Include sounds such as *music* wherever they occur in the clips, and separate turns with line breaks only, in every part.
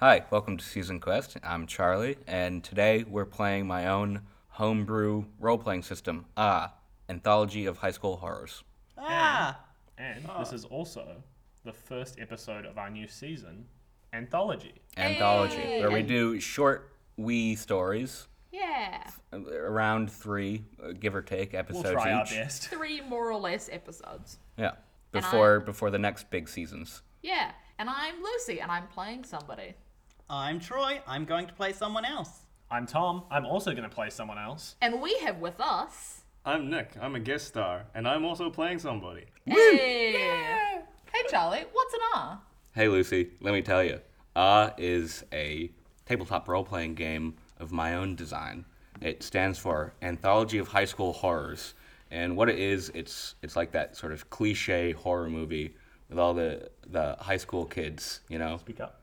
Hi, welcome to Season Quest. I'm Charlie, and today we're playing my own homebrew role playing system, Ah, Anthology of High School Horrors.
Ah!
And this is also the first episode of our new season, Anthology.
Anthology,
Hey!
where we do short, wee stories,
Yeah.
uh, around three, uh, give or take,
We'll
episodes
try our
each.
best. *laughs*
Three more or less episodes.
Yeah,
And I-
before before the next big seasons.
Yeah. And I'm Lucy and I'm playing somebody.
I'm Troy. I'm going to play someone else.
I'm Tom. I'm also going to play someone else.
And we have with us.
I'm Nick. I'm a guest star, and I'm also playing somebody.
Hey! Hey, Charlie, what's an R?
Hey, Lucy, let me tell you. Ah is a tabletop role playing game of my own design. It stands for Anthology of High School Horrors. And what it is, it's it's like that sort of cliche horror movie with all the, the high school kids, you know?
Speak up.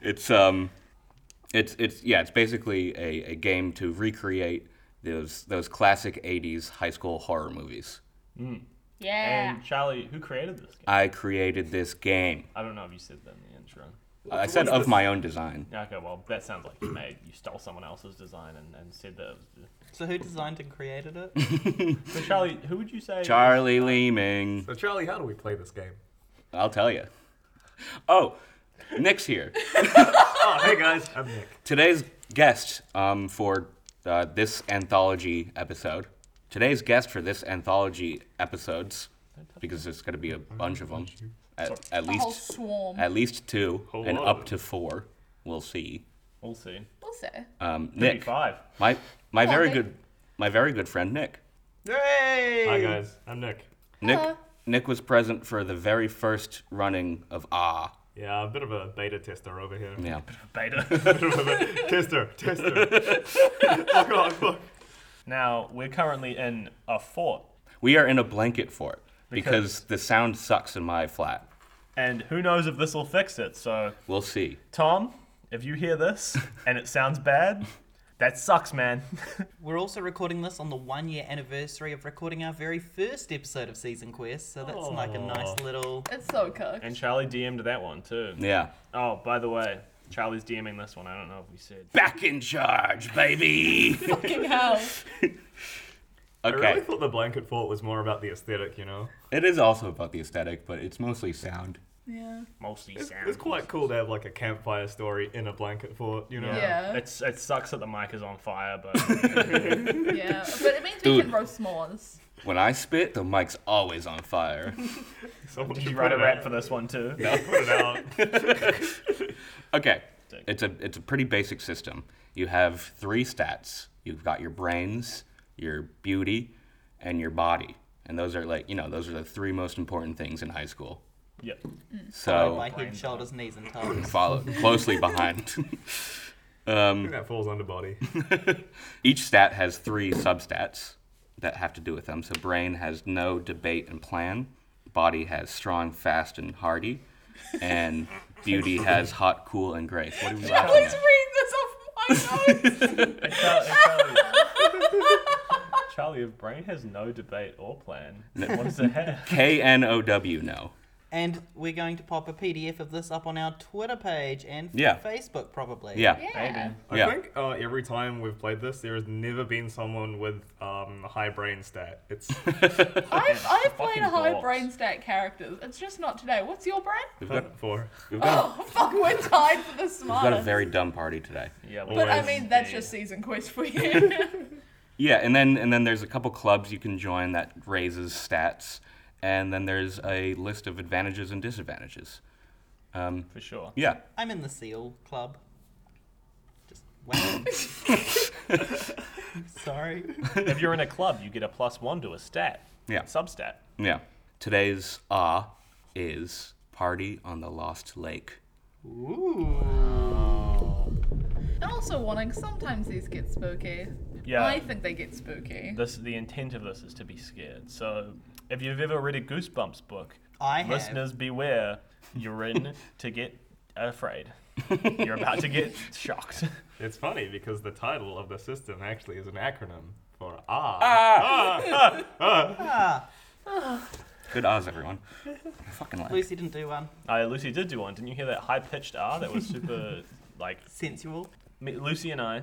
It's um it's it's yeah, it's basically a, a game to recreate those those classic eighties high school horror movies.
Yeah.
And Charlie, who created this game?
I created this game.
I don't know if you said that in the intro.
I said of my own design.
Okay, well, that sounds like you made you stole someone else's design and, and said that. It was
So, who designed and created it?
the... So Charlie, who would you say?
Charlie Leeming.
So Charlie, how do we play this game?
I'll tell you. Oh, Nick's here.
Oh, hey guys, I'm Nick.
Today's guest um, for uh, this anthology episode. Today's guest for this anthology episodes, because there's going to be a bunch of them, at, at
A whole
least
swarm.
at least two,
Whole
and
lot
up
of
to four. We'll see.
We'll see.
Also.
Uh,
Um,
Maybe
Nick,
five.
my my
Come on,
very
Nick.
good my very good friend Nick.
Hooray!
Hi guys, I'm Nick.
Nick
Hello.
Nick was present for the very first running of Ah.
Yeah, a bit of a beta tester over here.
Yeah.
*laughs*
Beta.
Bit of a tester, tester. oh god, fuck.
now we're currently in a fort,
We are in a blanket fort because
Because-
the sound sucks in my flat.
and who knows if this will fix it? So
We'll see.
Tom, if you hear this and it sounds bad, that sucks, man.
*laughs* We're also recording this on the one year anniversary of recording our very first episode of Season Quest, so that's like a nice little.
It's so cooked.
and Charlie DM'd that one too.
Yeah.
Oh, by the way, Charlie's DMing this one. I don't know if we said.
Back in charge, baby.
Fucking hell.
I really
*laughs* okay.
thought the blanket fort was more about the aesthetic, you know?
It is also about the aesthetic, but it's mostly sound.
Yeah.
Mostly
It's,
sound.
it's quite cool to have like a campfire story in a blanket fort, you know?
Yeah.
It's it sucks that the mic is on fire, but
Yeah. But it means we
Dude.
can roast s'mores.
When I spit, the mic's always on *laughs* fire.
Someone
did
should
you write a
put it
rap
out.
for this one too?
Put it out.
Okay. It's a it's a pretty basic system. You have three stats. You've got your brains, your beauty, and your body. And those are like, you know, those are the three most important things in high school.
Yep.
So
my head, shoulders, knees, and toes.
followed closely behind. *laughs*
I think that falls under body.
Each stat has three substats that have to do with them. So brain has no debate and plan. Body has strong, fast, and hardy. And beauty has hot, cool, and grace. What are we laughing
*laughs* Please
at?
*laughs* read this off my notes.
Charlie, Charlie,
*laughs*
Charlie, your brain has no debate or plan. What does
*laughs*
it have?
K N O W. No.
And we're going to pop a PDF of this up on our Twitter page and
Yeah.
Facebook, probably.
Yeah.
Yeah.
I
Yeah.
think uh, every time we've played this, there has never been someone with um, high brain stat. It's
I've, I've played
Fucking
a high
thoughts.
brain stat characters. It's just not today. What's your brain?
We've got,
for.
we've got,
Oh, *laughs* fuck, we're tied for the
we've got
smartest.
a very dumb party today.
Yeah, we
*laughs* But I
always-
mean, that's
yeah.
your season quest
*laughs*
for you. *laughs*
Yeah, and then and then there's a couple clubs you can join that raises stats, and then there's a list of advantages and disadvantages.
for sure.
Yeah.
I'm in the SEAL club.
*laughs*
Just waiting. *laughs*
*laughs*
Sorry.
If you're in a club, you get a plus one to a stat.
Yeah.
Substat.
Yeah. Today's ah is party on the lost lake.
and also, warning sometimes these get spooky.
Yeah.
I think they get spooky.
this the intent of this is to be scared. So if you've ever read a Goosebumps book,
I have.
listeners beware,
*laughs*
you're in to get afraid. You're about
*laughs*
to get shocked. *laughs*
It's funny because the title of the system actually
Ah.
is an acronym for R.
Ah!
Ah,
Good Oz, everyone. *laughs* I fucking like.
Lucy didn't do one.
Uh, Lucy did do one. Didn't you hear that high pitched R? That was
*laughs*
super. like
Sensual.
me, Lucy and I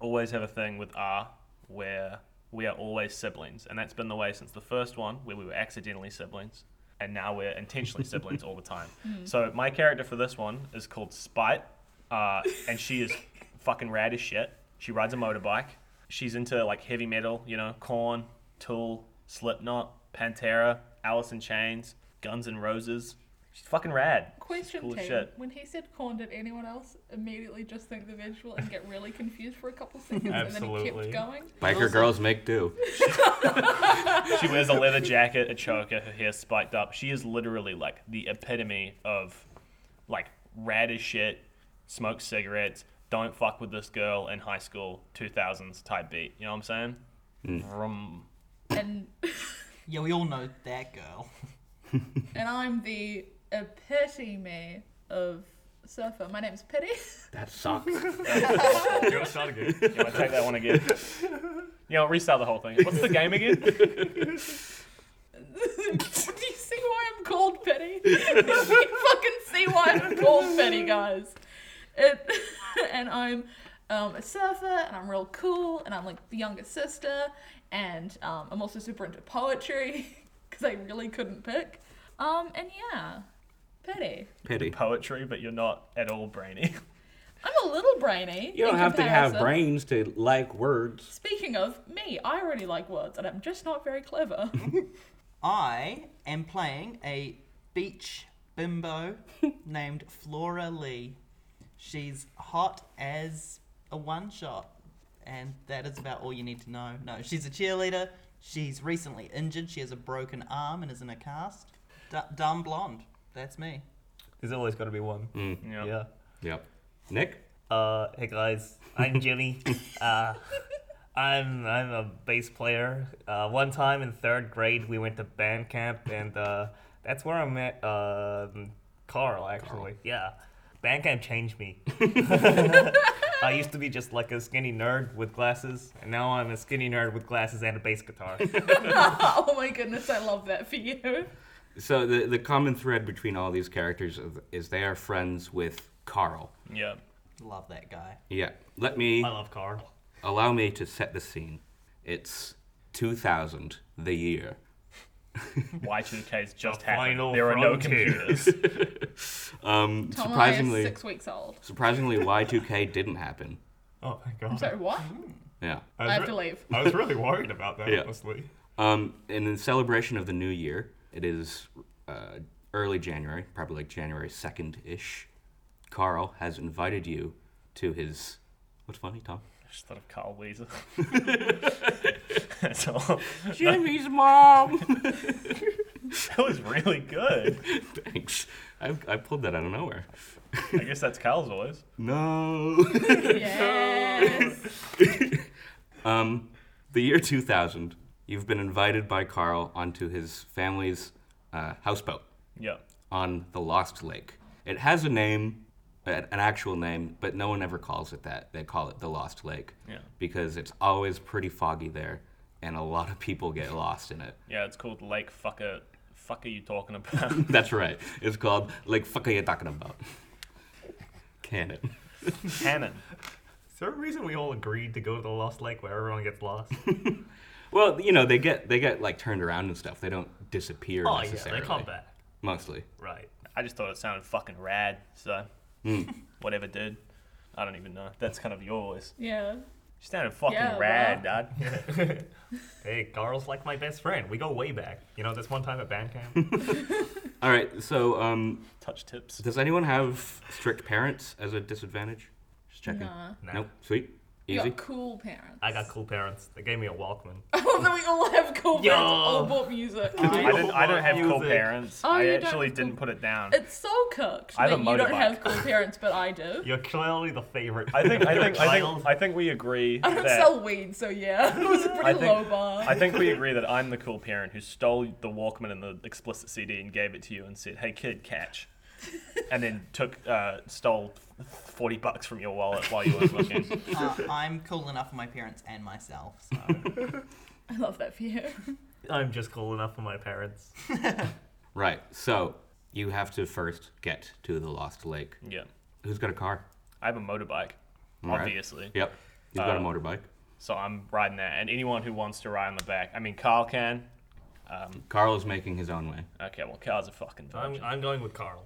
always have a thing with R where we are always siblings, and that's been the way since the first one, where we were accidentally siblings, and now we're intentionally siblings all the time. So my character for this one is called Spite, uh, and she is fucking rad as shit. She rides a motorbike. She's into like heavy metal, you know, Corn, Tool, Slipknot, Pantera, Alice in Chains, Guns N' Roses. She's fucking rad.
Question
Cool
team.
shit.
When he said corn, did anyone else immediately just think the visual and get really confused for a couple seconds and then
Absolutely.
he kept going?
Biker girls make do.
She wears a leather jacket, a choker, her hair spiked up. She is literally like the epitome of like rad as shit, smoke cigarettes, don't fuck with this girl in high school, 2000s type beat. You know what I'm saying? Vroom.
And *laughs*
Yeah, we all know that girl.
and I'm the epitome of surfer. My name's Pity. *laughs*
That sucks.
You're starting again.
You want to take that one again? You know, restart the whole thing. What's the game again?
Do you see why I'm called Pity? *laughs* Do you fucking see why I'm called Pity, guys? It, *laughs* and I'm um, a surfer, and I'm real cool, and I'm like the younger sister, and um, I'm also super into poetry *laughs* because I really couldn't pick. Um, and yeah, Pity.
Pity.
Poetry, but you're not at all brainy. *laughs*
I'm a little brainy.
You
in
don't have to have
comparison.
brains to like words.
Speaking of me, I already like words, and I'm just not
*laughs*
very clever.
I am playing a beach bimbo named Flora Lee. She's hot as a one shot, and that is about all you need to know. No, she's a cheerleader. She's recently injured. She has a broken arm and is in a cast. D- dumb blonde. That's me.
There's always got to be one.
Yeah.
Yeah.
Yep. Nick.
Uh, hey guys, I'm Jimmy. uh, I'm I'm a bass player. Uh, one time in third grade, we went to band camp, and uh, that's where I met uh, Carl. Actually, yeah, band camp changed me. I used to be just like a skinny nerd with glasses, and now I'm a skinny nerd with glasses and a bass guitar.
oh my goodness, I love that for you.
So the the common thread between all these characters is- is they are friends with Carl.
Yeah.
Love that guy.
Yeah. Let me
I love Carl.
allow me to set the scene. It's 2000, the year.
Y2K's just
The
happened.
final
There are no
frontier.
computers.
Um,
Tom
surprisingly,
and I are six weeks old.
surprisingly, Y2K didn't happen.
Oh, thank
I'm
God.
sorry, what?
Yeah.
I,
I
was
have
re-
to
*laughs*
leave.
I was really worried about that,
Yeah.
honestly.
Um, and in celebration of the new year, it is uh, early January, probably like January 2nd ish. Carl has invited you to his. What's funny, Tom?
just thought of Carl Weezer. *laughs* That's all.
*laughs* Jimmy's mom!
*laughs* That was really good.
*laughs* Thanks. I, I pulled that out of nowhere. *laughs*
I guess that's Carl's voice.
No!
Yes.
Um, the year 2000, you've been invited by Carl onto his family's uh, houseboat
Yeah.
on the Lost Lake. It has a name, a- an actual name, but no one ever calls it that. They call it the Lost Lake
Yeah.
because it's always pretty foggy there, and a lot of people get lost
*laughs*
in it.
Yeah, it's called Lake Fucker. Fuck are you talking about?
That's right. It's called Lake Fuck Are You Talking About? Can it?
*laughs* Cannon.
Is there a reason we all agreed to go to the Lost Lake where everyone gets lost?
Well, you know they get they get like turned around and stuff. They don't disappear
oh yeah,
necessarily.
they come back.
Mostly.
Right.
I just thought it sounded fucking rad, so whatever, dude. I don't even know. That's kind of your voice.
yeah.
You sounded fucking
Yeah,
rad, dad.
Hey, Carl's like my best friend. We go way back. You know, this one time at band camp.
All right. So um,
Touch tips.
Does anyone have strict parents as a disadvantage? Just checking.
Nah.
Nah.
Nope. Sweet.
You
Easy.
got cool parents. *laughs*
I got cool parents. They gave me a Walkman.
Oh, no, we all have cool
Yo.
parents. All bought music.
I, don't, I don't have cool
Music.
parents.
Oh,
I
you don't
actually
have
didn't
cool-
put it down.
It's so cooked
I have
that
a
you don't
motorbike.
have cool parents, but I
*laughs*
do.
You're clearly the favorite.
I think I think I
Child.
think I think we agree
I don't
that
sell weed, so yeah, *laughs* it was a pretty
I think-
low bar.
I think we agree that I'm the cool parent who stole the Walkman and the explicit CD and gave it to you and said, "Hey kid, catch," and then took uh, stole forty bucks from your wallet while you weren't looking.
*laughs*
Uh, I'm cool enough for my parents and myself, so
I love that for you.
I'm just cool enough for my parents.
Right. So you have to first get to the Lost Lake.
Yeah.
Who's got a car?
I have a motorbike,
All right.
obviously.
Yep. You've got a
Uh,
motorbike.
So I'm riding that. And anyone who wants to ride on the back, I mean, Carl can. Um,
Carl is making his own way.
okay, well, Carl's a fucking
I'm,
virgin.
I'm going with Carl.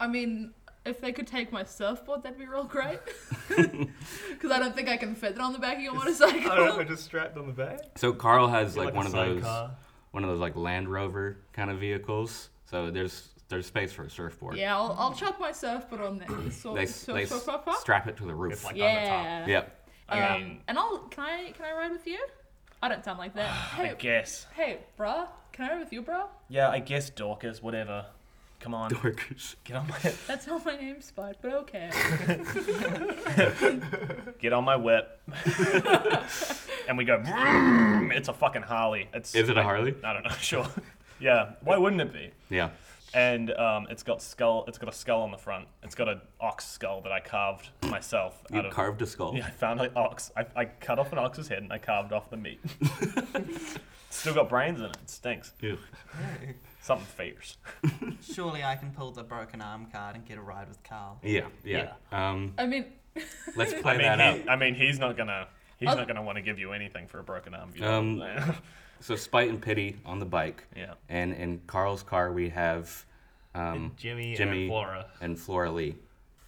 I mean, if they could take my surfboard, that'd be real great. *laughs* Because I don't think I can fit it on the back of your motorcycle.
I don't know if I just strapped on the back.
So Carl has like,
like a
one of those
sidecar.
one of those like Land Rover kind of vehicles. So there's there's space for a surfboard.
yeah, I'll, I'll chuck my surfboard on there. So,
They,
so,
they
so, so, so.
strap it to the roof.
It's like
yeah.
yep.
I
Um,
mean-
and I'll can I can I ride with you? I don't sound like
*sighs* I
that. hey,
guess.
hey, bruh, can I ride with you, bruh?
Yeah, I guess Dorcas, whatever. Come on.
*laughs* Dorcas.
Get on my *laughs*
That's not my name, Spud, but okay.
get on my
*laughs*
whip. *laughs* and we go *laughs* "Vroom." it's a fucking Harley. It's
Is it a Harley?
I don't know, *laughs* sure. Yeah. Why wouldn't it be?
Yeah.
and um, it's got skull. It's got a skull on the front. It's got an ox skull that I carved myself.
You
out of,
carved a skull.
*laughs* Yeah, I found an ox. I, I cut off an ox's head and I carved off the
*laughs*
meat. Still got brains in it. It stinks.
Ew.
Something fierce.
Surely I can pull the broken arm card and get a ride with Carl.
Yeah. Yeah. Um,
I mean, *laughs*
let's play
I mean,
that out.
he, I mean, he's not gonna. He's
Oh.
not gonna want to give you anything for a broken arm. You
Um,
know?
So Spite and Pity on the bike.
*laughs* yeah.
And in Carl's car, we have um,
Jimmy,
Jimmy.
and Flora.
and Flora Lee.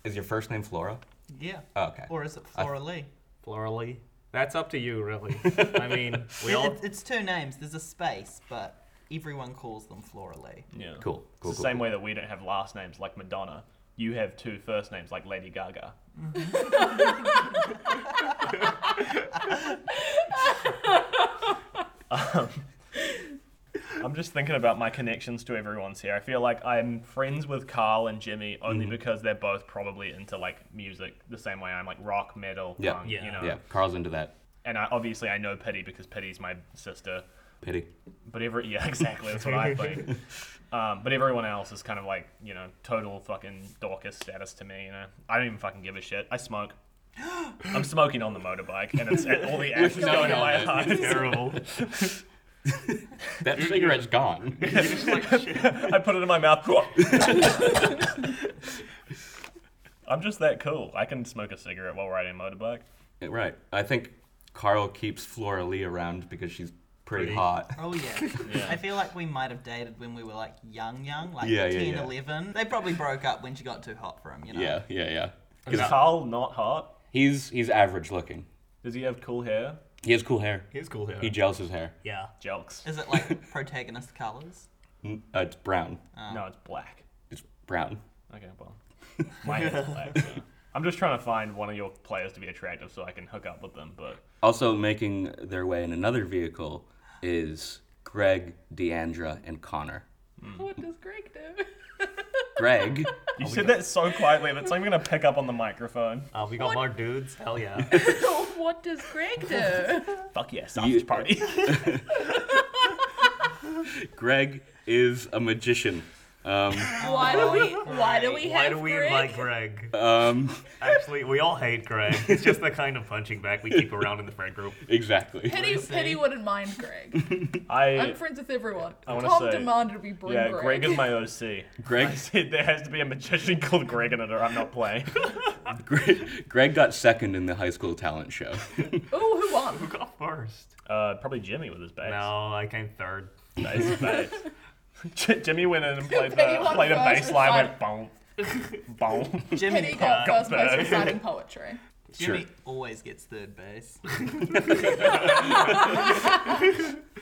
Is your first name Flora?
Yeah.
Oh, okay.
Or is it Flora Lee?
Flora Lee. That's up to you, *laughs* really. I mean, we
It-
all.
it- it's two names. There's a space, but everyone calls them Flora Lee.
Yeah.
cool. Cool.
it's the
cool,
same
cool.
way that we don't have last names like Madonna. You have two first names like Lady Gaga. Um, I'm just thinking about my connections to everyone's here. I feel like I'm friends with Carl and Jimmy only
Mm-hmm.
because they're both probably into like music the same way I'm like rock, metal,
Yeah.
punk,
Yeah.
you know.
Yeah. Carl's into that.
And I, obviously I know Pity because Pity's my sister
Pity.
but every yeah *laughs* exactly that's what I think. Um, but everyone else is kind of like you know total fucking Dorcas status to me. You know I don't even fucking give a shit. I smoke. I'm smoking on the motorbike, and it's and all the ash is
no
going to my
helmet.
heart.
Terrible.
That cigarette's gone.
*laughs*
*laughs*
I put it in my mouth. *laughs* I'm just that cool. I can smoke a cigarette while riding a motorbike.
Yeah, right. I think Carl keeps Flora Lee around because she's pretty,
*laughs*
Pretty.
hot.
Oh, yeah. I feel like we might have dated when we were like young, young, like
Yeah, yeah,
10,
yeah.
11. They probably broke up when she got too hot for him, you know?
Yeah. Yeah. Yeah.
Is Carl not hot?
He's he's average looking.
Does he have cool hair?
He has cool hair.
He's cool here.
He gels his hair.
Yeah.
Jelks.
Is it like protagonist colors?
Mm, Uh, it's brown.
No, it's black.
It's brown.
Okay, well, my hair's black. so. I'm just trying to find one of your players to be attractive so I can hook up with them. But
Also making their way in another vehicle is Greg, Deandra, and Connor.
what does Greg do?
*laughs*
Greg.
you said that so quietly that's not even gonna pick up on the microphone.
Uh, we got more dudes. Hell
*laughs*
yeah.
what does Greg
*laughs*
do?
Fuck yeah, sausage party.
Greg is a magician. Um,
Why do we? Why do we
Why
have
do we
Greg?
invite Greg?
um,
Actually, we all hate Greg. It's just the kind of punching bag we keep around in the friend
*laughs*
group.
exactly.
Penny,
Lucy.
Penny wouldn't mind Greg. I'm
I
friends with everyone.
I wanna
Tom
say-
demanded we bring
yeah,
Greg.
Greg is my OC. I
Greg,
said there has to be a magician *laughs* called Greg in it or I'm not playing. *laughs*
Greg, Greg got second in the high school talent show.
*laughs* Ooh, who won?
Who got first?
Uh, probably Jimmy with his bass.
No, I came
*laughs*
third.
Bass, bass. J- Jimmy went in and
*laughs*
played
Penny
the
won
played a bass
first
line, went boom, boom. *laughs*
Jimmy,
Penny got
Got
first place
back.
for citing poetry.
Jimmy always gets third base.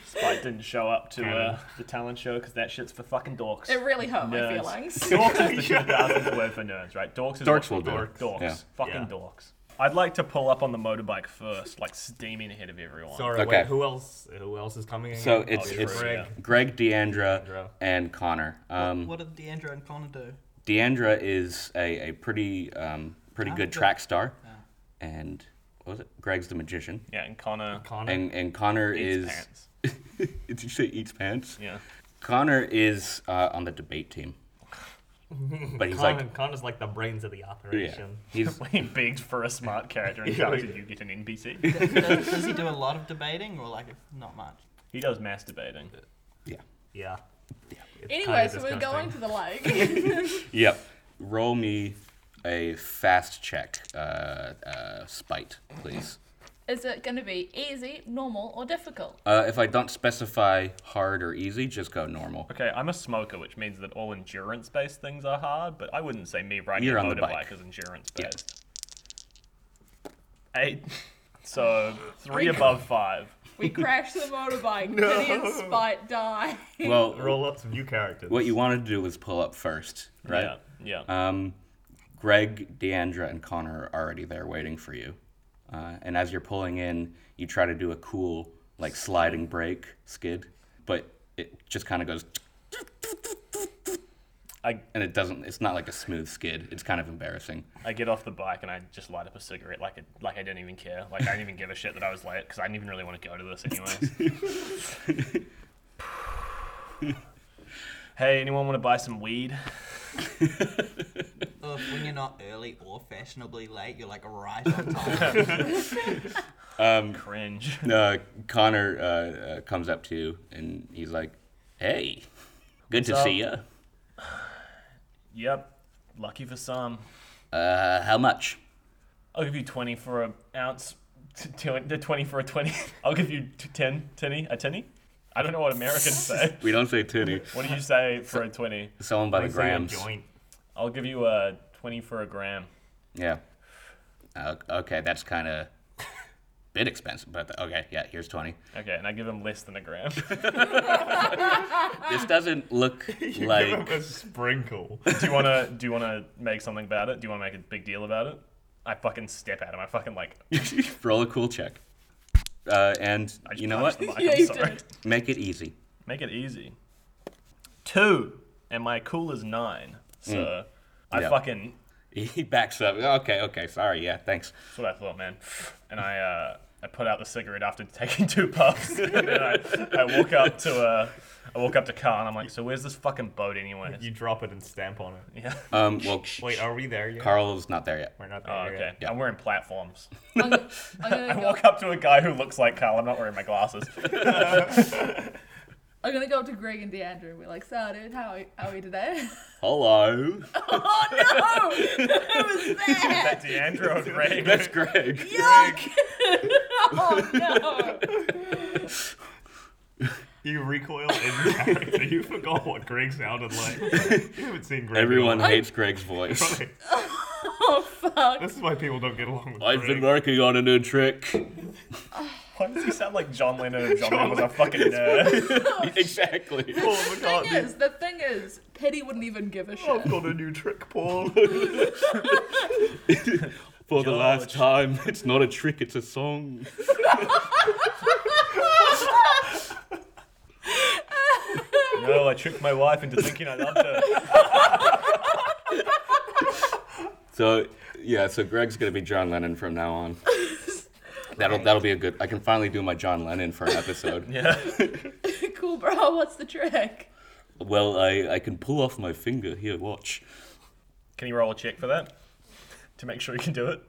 Spike didn't show up to uh, the talent show because that shit's for fucking dorks.
It really hurt my
Nerds.
feelings.
Dorks
*laughs*
is the
*laughs*
2000s word for nerds, right? Dorks is
Dorks
what-
will do it.
Dorks.
Yeah.
Fucking
Yeah.
dorks. I'd like to pull up on the motorbike first, like steaming ahead of everyone.
Sorry,
Okay.
wait, who else? Who else is coming?
So
again?
it's
Oh,
it's
Greg.
Greg, Deandra,
Deandra.
and Connor. Um,
What did Deandra and Connor do?
Deandra is a, a pretty um, pretty
Ah,
good
good.
track star, and what was it? Greg's the magician,
Yeah, and Connor
Connor.
and and Connor
eats
is.
pants.
*laughs* Did you say eats pants?
Yeah. *laughs*
Connor is uh, on the debate team, but he's
Con,
like
Connor's like the brains of the
yeah,
operation.
*laughs*
he's
When he begged for
*laughs*
a smart character and
Yeah.
shouted, you get an NPC.
Does, does he do a lot of debating or like not much?
He does masturbating.
Yeah.
Yeah. It's
Anyway,
kinda
so we're going to
disgusting.
*laughs*
the lake.
Yep. Roll me a fast check, uh, uh, spite, please.
Is it going to be easy, normal, or difficult?
Uh, if I don't specify hard or easy, just go normal.
Okay, I'm a smoker, which means that all endurance-based things are hard, but I wouldn't say me riding
You're
a
on the
motorbike
bike.
is
Yeah.
endurance-based. Eight. *laughs* So three above five. *laughs*
We crash the motorbike. No. and Spite die. *laughs*
Well,
*laughs* Roll up some new characters.
what you wanted to do was pull up first, right?
Yeah. Yeah.
Um, Greg, Deandra, and Connor are already there waiting for you. Uh, and as you're pulling in, you try to do a cool, like, sliding brake skid, but it just kind of goes,
I
and it doesn't, it's not like a smooth skid. It's kind of embarrassing.
I get off the bike and I just light up a cigarette like it, like I didn't even care. Like I didn't even give a shit that I was late because I didn't even really want to go to this anyways. hey, anyone want to buy some weed?
Ugh, when you're not early or fashionably late, you're like right on time.
Cringe.
Uh, Connor uh, uh, comes up to you, and he's like, hey, good to
What's
see ya.
yep. Lucky for some.
Uh, how much?
I'll give you twenty for a ounce. T- t- the twenty for a twenty. *laughs* I'll give you t- ten, tinny, a tinny. I don't know what
*laughs*
Americans say.
We don't say tinny.
What do you say for a twenty?
Someone by the
It's like a
grams. *laughs*
joint.
I'll give you a twenty for a gram.
Yeah. Uh, okay, that's kind of *laughs* bit expensive, but okay, yeah, here's 20.
Okay, and I give him less than a gram.
This doesn't look
You
*laughs*
give
like
him a
*laughs*
sprinkle.
Do you wanna do you wanna make something about it? Do you wanna make a big deal about it? I fucking step at him. I fucking
*laughs*
like.
roll a cool check. Uh, and
I just
you know
punch
what?
the mic,
Yeah,
I'm
you
sorry.
did.
Make it easy. *laughs*
Make it easy. Two, and my cool is nine. So I
Yeah.
fucking.
He backs up. Okay, okay, sorry. Yeah, thanks.
That's what I thought, man. And I uh, I put out the cigarette after taking two puffs. *laughs* and then I, I walk up to uh, I walk up to Carl and I'm like, so where's this fucking boat anyway?
You drop it and stamp on it.
Yeah.
Um, well,
Wait, are we there yet?
Carl's not there yet.
We're not there
Oh,
yet.
okay. I'm wearing platforms.
*laughs* I'm, gonna-
*laughs*
I'm
I
gonna go,
walk up to a guy who looks like Carl. I'm not wearing my glasses. *laughs*
I'm gonna go up to Greg and DeAndre. We're like, so dude, how are, how are we today? *laughs*
Hello.
oh
*laughs*
no! *laughs* Who was that?
*laughs*
That's Deandra or Greg.
That's Greg.
Yuck! *laughs* oh no!
You recoil in character. *laughs* You forgot what Greg sounded like. You haven't seen Greg. in a
Everyone
while.
hates Greg's voice.
Right.
Oh fuck!
This is why people don't get along with
I've
Greg.
been working on a new *laughs* trick.
Why does he sound like John Lennon? and John Lennon was a fucking nerd.
exactly.
Paul
Thing
McCartney.
is, the thing is, Petty wouldn't even give a
Oh.
shit.
I've got a new
*laughs*
trick, Paul.
For the last
George.
time, *laughs* it's not a trick, it's a song.
no, I tricked my wife into thinking I loved her. *laughs*
So yeah, so Greg's gonna be John Lennon from now *laughs* on. That'll that'll be a good. I can finally do my John Lennon for an *laughs* episode.
Yeah.
*laughs* cool, bro. What's the trick?
Well, I I can pull off my finger here. Watch.
Can you roll a check for that? To make sure you can do it?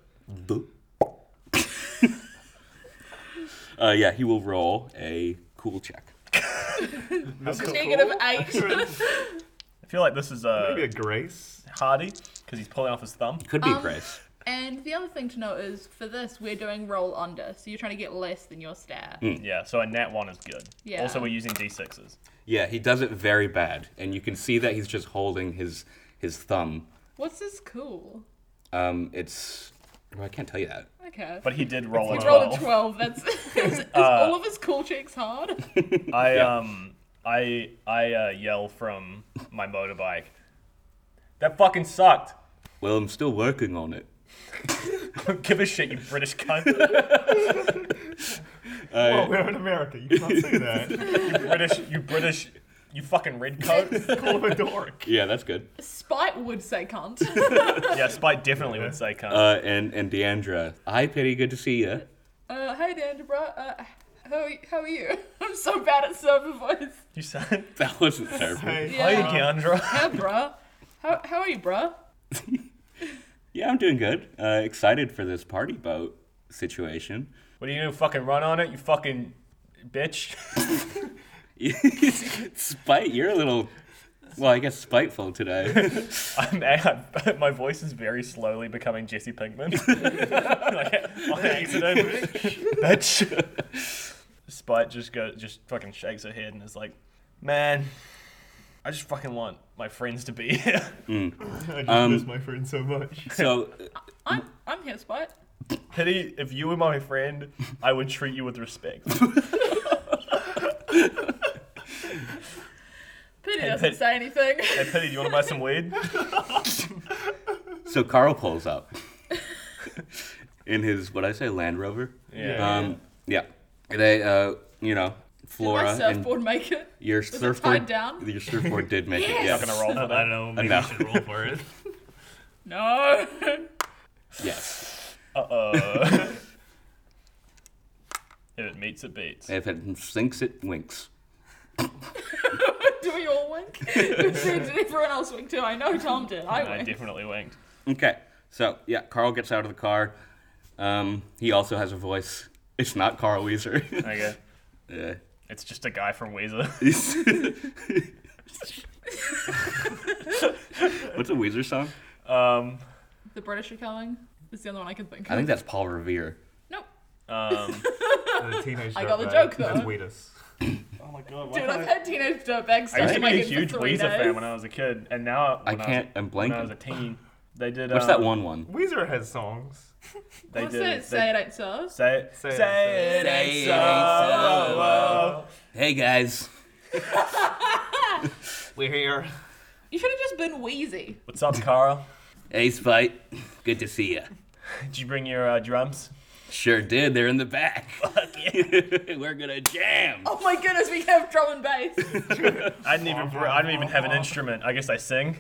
Boop. *laughs* uh, yeah, he will roll a cool check.
Negative eight.
*laughs* I feel like this is uh,
Maybe a grace.
Hardy, because he's pulling off his thumb.
Could be Grace.
*laughs* And the other thing to note is for this, we're doing roll under, so you're trying to get less than your stat.
Yeah, so a nat 1 is good.
Yeah.
Also, we're using d6s.
Yeah, he does it very bad, and you can see that he's just holding his his thumb.
What's this cool?
Um, it's well, I can't tell you that.
Okay.
But he did roll
He
a
rolled a
12.
12. That's *laughs* is, is
Uh,
all of his cool checks hard.
I, um, I, I uh, yell from my motorbike, that fucking sucked. *laughs*
Well, I'm still working on it.
Don't give a shit, you British cunt.
Well, we're in America. You can't say
*laughs*
that.
you British, you British, you fucking
*laughs*
redcoat.
Call him a dork.
Yeah, that's good.
Spite would
*laughs*
say cunt.
yeah, Spike definitely would say cunt.
Uh, and and Deandra, hi, Petty. Good to see you.
Uh, hey, Dandabra. Uh, how, are y- how are you? *laughs* I'm so bad at server voice.
you *laughs* sound.
*laughs* That wasn't terrible.
Hey,
Yeah.
Hi, Keandra.
Hey, bruh. How, how are you, bruh?
Yeah, I'm doing good. Uh, excited for this party boat situation. *laughs*
What are you gonna fucking run on it? You fucking bitch.
Spite, you're a little. Well, I guess spiteful today. *laughs*
I'm, *laughs* I, my voice is very slowly becoming Jesse Pinkman. *laughs* like, on accident. Bitch. Spite just go, just fucking shakes her head and is like, man, I just fucking want my friends to be *laughs* here.
I just
Um,
miss my friend so much.
so,
I'm I'm here, Spot.
Pity, if you were my friend, I would treat you with respect.
Pity
And
doesn't
Pit-
say anything. *laughs*
Hey, Pity, do you want to buy some weed?
so Carl pulls up in his what I say Land Rover.
Yeah.
Um, yeah. They, uh, you know,
My
Flora and
surfboard make it.
your
it
surfboard.
tied down?
Your surfboard did make it.
Yes.
Yes.
Not gonna
Uh-huh.
roll for
I don't know.
that.
Maybe
No.
we should roll for it.
No. *laughs*
Yes.
Uh oh. if it meets, it beats.
If it sinks, it winks.
Do we all wink?
*laughs*
Did everyone else wink too? I know Tom did. I
I
winked.
definitely winked.
Okay. So yeah, Carl gets out of the car. Um, he also has a voice. It's not Carl *laughs* Weezer.
Okay.
yeah.
It's just a guy from Weezer.
*laughs*
*laughs*
What's a Weezer song?
Um,
The British are coming. It's the only one I can think of.
I think that's Paul Revere.
Nope.
um,
*laughs* The teenage
I got the
dirtbag.
joke, though.
That's Wheatus.
oh my god,
Dude, I've had teenage dirtbag
I used to
stuff in
be
my
a
head
huge
for three
Weezer
days.
fan when I was a kid, and now
I
when
can't.
I
I'm
was, when I was
blanking.
a teen, they did.
What's
um,
that one one?
Weezer has songs.
They
What's
did.
it?
they-
Say it ain't so.
Say it.
Say it,
Say it. uh,
say it,
ain't so.
oh, Hey guys.
We're here.
You should have just been wheezy.
What's up, Carl?
Hey Spite. Good to see ya.
Did you bring your uh, drums?
Sure did. They're in the back. *laughs* We're gonna jam.
Oh
*laughs*
my goodness, we have drum and bass.
I didn't even. br- I didn't even have an instrument. I guess I sing.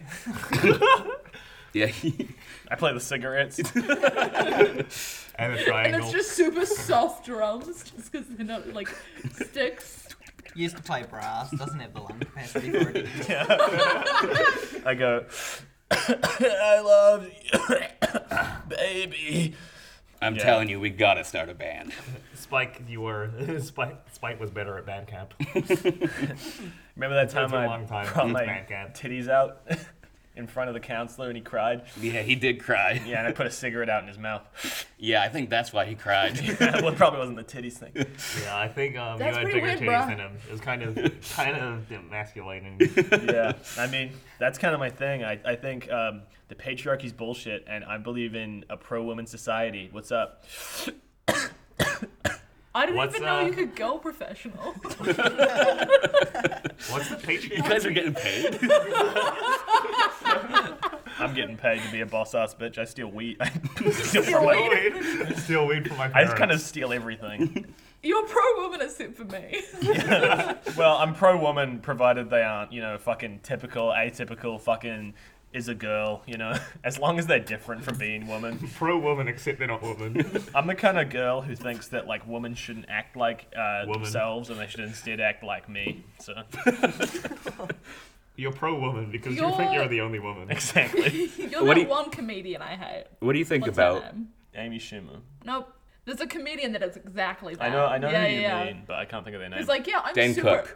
Yeah. *laughs*
I play the cigarettes.
And a
*laughs* and
triangle.
it's just super soft drums, *laughs* just because they're not like sticks.
Used to play brass, doesn't have the lung capacity for it.
I go. *coughs* I love you, *coughs* baby.
I'm
Yeah.
telling you, we gotta start a band.
Spike, you were *laughs* Spike. Spike was better at Bandcamp.
Remember that time
been a
I
long time
brought
since
my
Bandcamp.
titties out *laughs* in front of the counselor and he cried?
Yeah, he did cry.
Yeah, and I put a cigarette out in his mouth. *laughs*
Yeah, I think that's why he cried. *laughs*
well, it probably wasn't the titties thing.
Yeah, I think um, you
That's
had
pretty
bigger
weird,
titties
bruh.
than him. It was
*laughs*
kind of kind of emasculating.
Yeah, I mean, that's kind of my thing. I, I think um, the patriarchy's bullshit, and I believe in a pro woman society. What's up?
I didn't
What's,
even know
uh,
you could go professional. *laughs*
What's the
you
Patreon? *laughs*
guys are getting paid.
I'm getting paid to be a boss ass bitch. I steal wheat. *laughs* I steal from my-
I still weed for my
I
parents.
just kind of steal everything.
You're pro woman except for me. *laughs*
Well, I'm pro woman, provided they aren't, you know, fucking typical, atypical, fucking is a girl, you know? *laughs* As long as they're different from being woman.
pro woman, except they're
*laughs*
not woman.
I'm the kind of girl who thinks that like women shouldn't act like uh,
Woman.
themselves, and they should instead act like me. So *laughs*
You're pro woman because you think
You're-
you're the only
*laughs*
woman.
exactly,
You're
What
the
do you-
one comedian I hate.
What do you think
What's her
about?
name?
Amy Schumer.
Nope. There's a comedian that is exactly that.
I know, I know
yeah,
who you
yeah.
mean, but I can't think of their name.
He's like, yeah, I'm
Dan
super.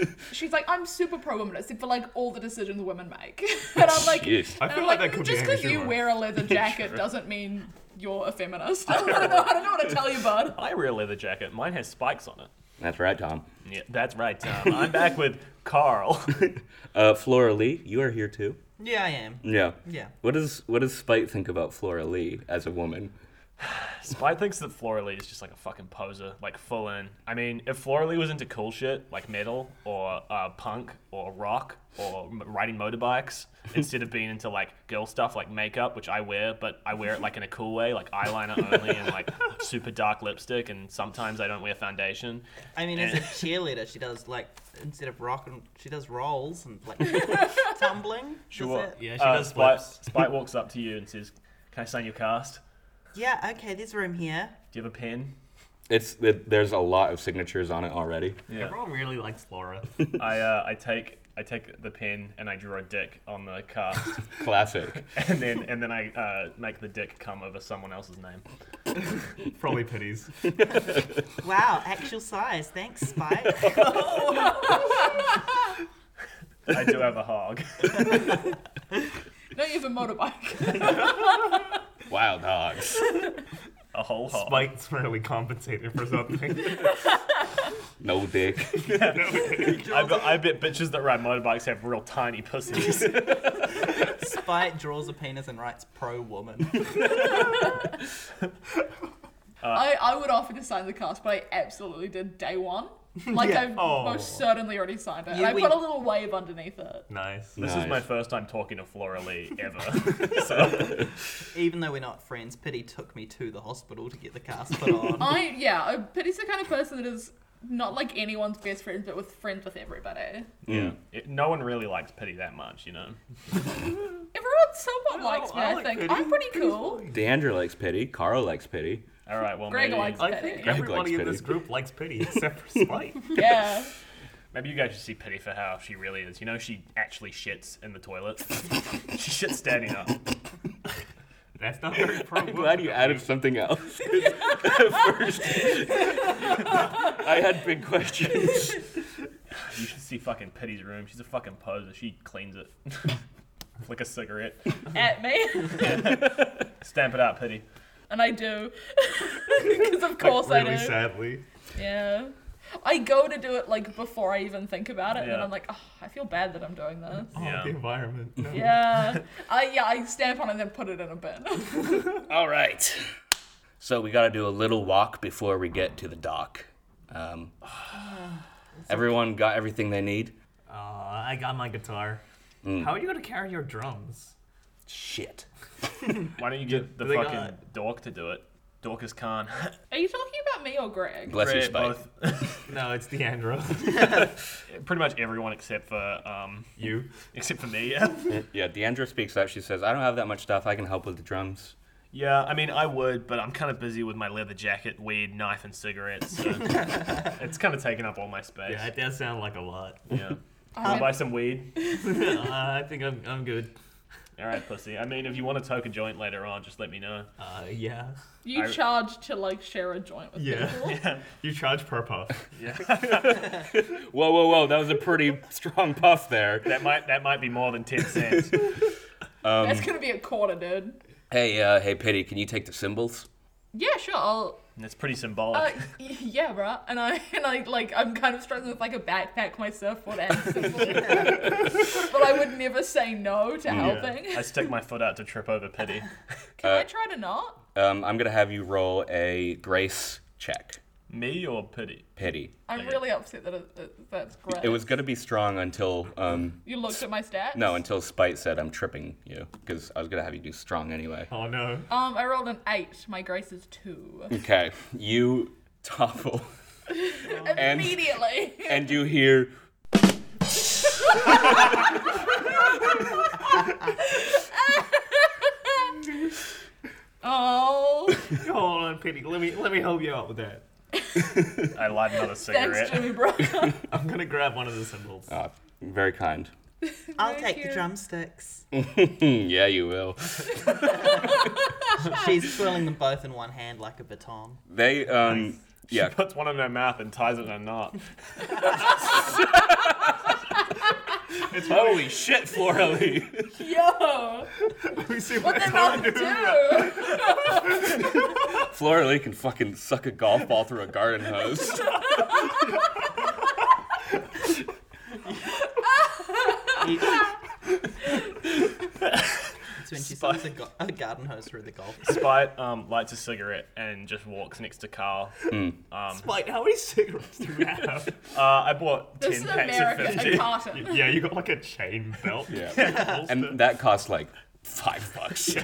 Cook.
She's like, I'm super pro woman except for like all the decisions women make. *laughs* and I'm like,
Yes.
I
and
feel
I'm
like,
like,
that could
just
be
because
Amy
you
Schumer.
wear a leather jacket doesn't mean you're a feminist. I don't know, I don't know what to tell you, bud.
I wear a leather jacket. Mine has spikes on it.
That's right, Tom.
Yeah, that's right, Tom. I'm back with Carl. *laughs*
Uh, Flora Lee, you are here too.
Yeah, I am.
Yeah.
Yeah.
What does what does Spite think about Flora Lee as a woman?
Spy thinks that Flora Lee is just like a fucking poser, like full in. I mean, if Flora Lee was into cool shit like metal or uh, punk or rock or m- riding
*laughs*
motorbikes instead of being into like girl stuff like makeup, which I wear, but I wear it like in a cool way, like eyeliner only and like super dark lipstick, and sometimes I don't wear foundation.
I
*laughs*
mean, as a cheerleader, she does like instead of rock and she does rolls and like tumbling.
Sure.
Is it?
Yeah, she
Uh,
does
Spy,
flips. *laughs*
Spy walks up to you and says, "Can I sign your cast?
Yeah. Okay. There's room here.
Do you have a pen?"
It's it, there's a lot of signatures on it already. *laughs*
Yeah.
Everyone really likes Laura.
I uh, I take I take the pen and I draw a dick on the cast,
Classic.
and then and then I uh, make the dick come over someone else's name.
Probably pities.
Wow, actual size. Thanks, Spike.
I do have a hog. *laughs*
No, you have a motorbike.
*laughs* Wild hogs.
A whole hog.
Spike's really compensated for
*laughs*
something.
No dick.
I, bet, I bet bitches that ride motorbikes have real tiny pussies.
Spike draws a penis and writes pro woman.
I, I would offer to sign the cast, but I absolutely did day one. Like
Yeah.
I've
Oh.
most certainly already signed it. and
Yeah,
I
we-
put a little wave underneath it.
*laughs*
nice.
This is
Nice.
my first time talking to Flora Lee ever. so
Even though we're not friends, Pity took me to the hospital to get the cast put on.
I yeah, I, Pity's the kind of person that is not like anyone's best friend, but with friends with everybody.
*laughs* Yeah.
it, no one really likes Pity that much, you know.
Everyone somewhat likes me.
I
I,
like
think
Pity.
I'm pretty cool.
Deandra likes pity. Carl likes pity.
All right, well
Greg
maybe
likes
I
Pity.
think
likes
everybody in
pity.
this group likes
*laughs*
pity except for Spike.
Yeah,
maybe you guys should see Pity for how she really is. You know, she actually shits in the toilet. she shits standing up.
That's not very pro.
I'm glad you added something else. *laughs* At first, I had big questions.
You should see fucking Pity's room. She's a fucking poser. She cleans it. *laughs* Flick a cigarette.
at me. *laughs*
Stamp it out, Pity.
and I do. Because of course
really
I do.
sadly.
Yeah. I go to do it like before I even think about it, and then
Yeah.
I'm like, oh, I feel bad that I'm doing this.
Yeah.
The environment. No.
Yeah. I yeah, I stamp on it and then put it in a bin.
All right. So we got to do a little walk before we get to the dock. Um, everyone got everything they need.
Uh, I got my guitar.
Hmm.
How are you gonna carry your drums?
Shit.
Why don't you get the
they
fucking
got-
Dork to do it? Dorcas Khan.
*laughs* Are you talking about me or Greg?
Bless you,
Great,
Spike.
both-
No, it's Deandra.
Pretty much everyone except for um,
*laughs* You.
except for me. *laughs* Yeah.
Yeah, Deandra speaks up. She says, "I don't have that much stuff. I can help with the drums."
Yeah, I mean, I would, but I'm kind of busy with my leather jacket, weed, knife, and cigarettes.
*laughs*
So it's kind of taking up all my space.
yeah, it does sound like a lot.
Yeah. Wanna
Um,
buy some weed?
Uh, I think I'm, I'm good.
All right, pussy. I mean, if you want to toke a joint later on, just let me know.
Uh, yeah.
you
I-
charge to like share a joint with
Yeah.
people.
You charge per puff.
Whoa, whoa, whoa! That was a pretty *laughs* strong puff there.
That might that might be more than
*laughs*
ten cents.
That's gonna be a quarter, dude.
Hey, uh, hey, Pity, can you take the cymbals?
Yeah, sure. I'll,
That's pretty
uh,
symbolic.
y- yeah, bruh. And I *laughs* and I like I'm kind of struggling with like a backpack, my surfboard, and cymbal. but I would never say no to helping.
I stick my foot out to trip over pity.
Can I try to not?
Um, I'm gonna have you roll a grace check.
Me or pity?
Pity.
I'm really upset that it, that- that's great.
It was gonna be strong until um,
You looked at my stats.
no, until Spite said I'm tripping you because I was gonna have you do strong anyway.
Oh no.
Um, I rolled an eight. My grace is two.
Okay, you topple *laughs* And-
Immediately.
and you hear
oh,
Hold on, pity. Let me let me help you out with that.
I light another
*laughs* thanks,
cigarette.
Jimmy Brooker.
I'm gonna grab one of the symbols.
*laughs*
Ah, very kind. *laughs*
I'll
Thank
take
you.
the drumsticks.
Hmm, yeah, you will.
She's twirling them both in one hand like a baton.
They um, yeah,
She *laughs* puts one in her mouth and ties it in a knot.
*laughs* Holy shit, Flora Lee.
Yo,
We see
what they about to do?
*laughs* Flora Lee can fucking suck a golf ball through a garden *laughs* hose.
It's when she sucks a, go- a garden hose through the golf.
Spite um, lights a cigarette and just walks next to Carl. Um,
Spike, how many cigarettes do you have?
uh, I bought ten
*laughs* This is
packs of
America,
fifty.
a carton.
Yeah, you got like a chain belt.
Yeah. and that costs like Five *laughs* bucks.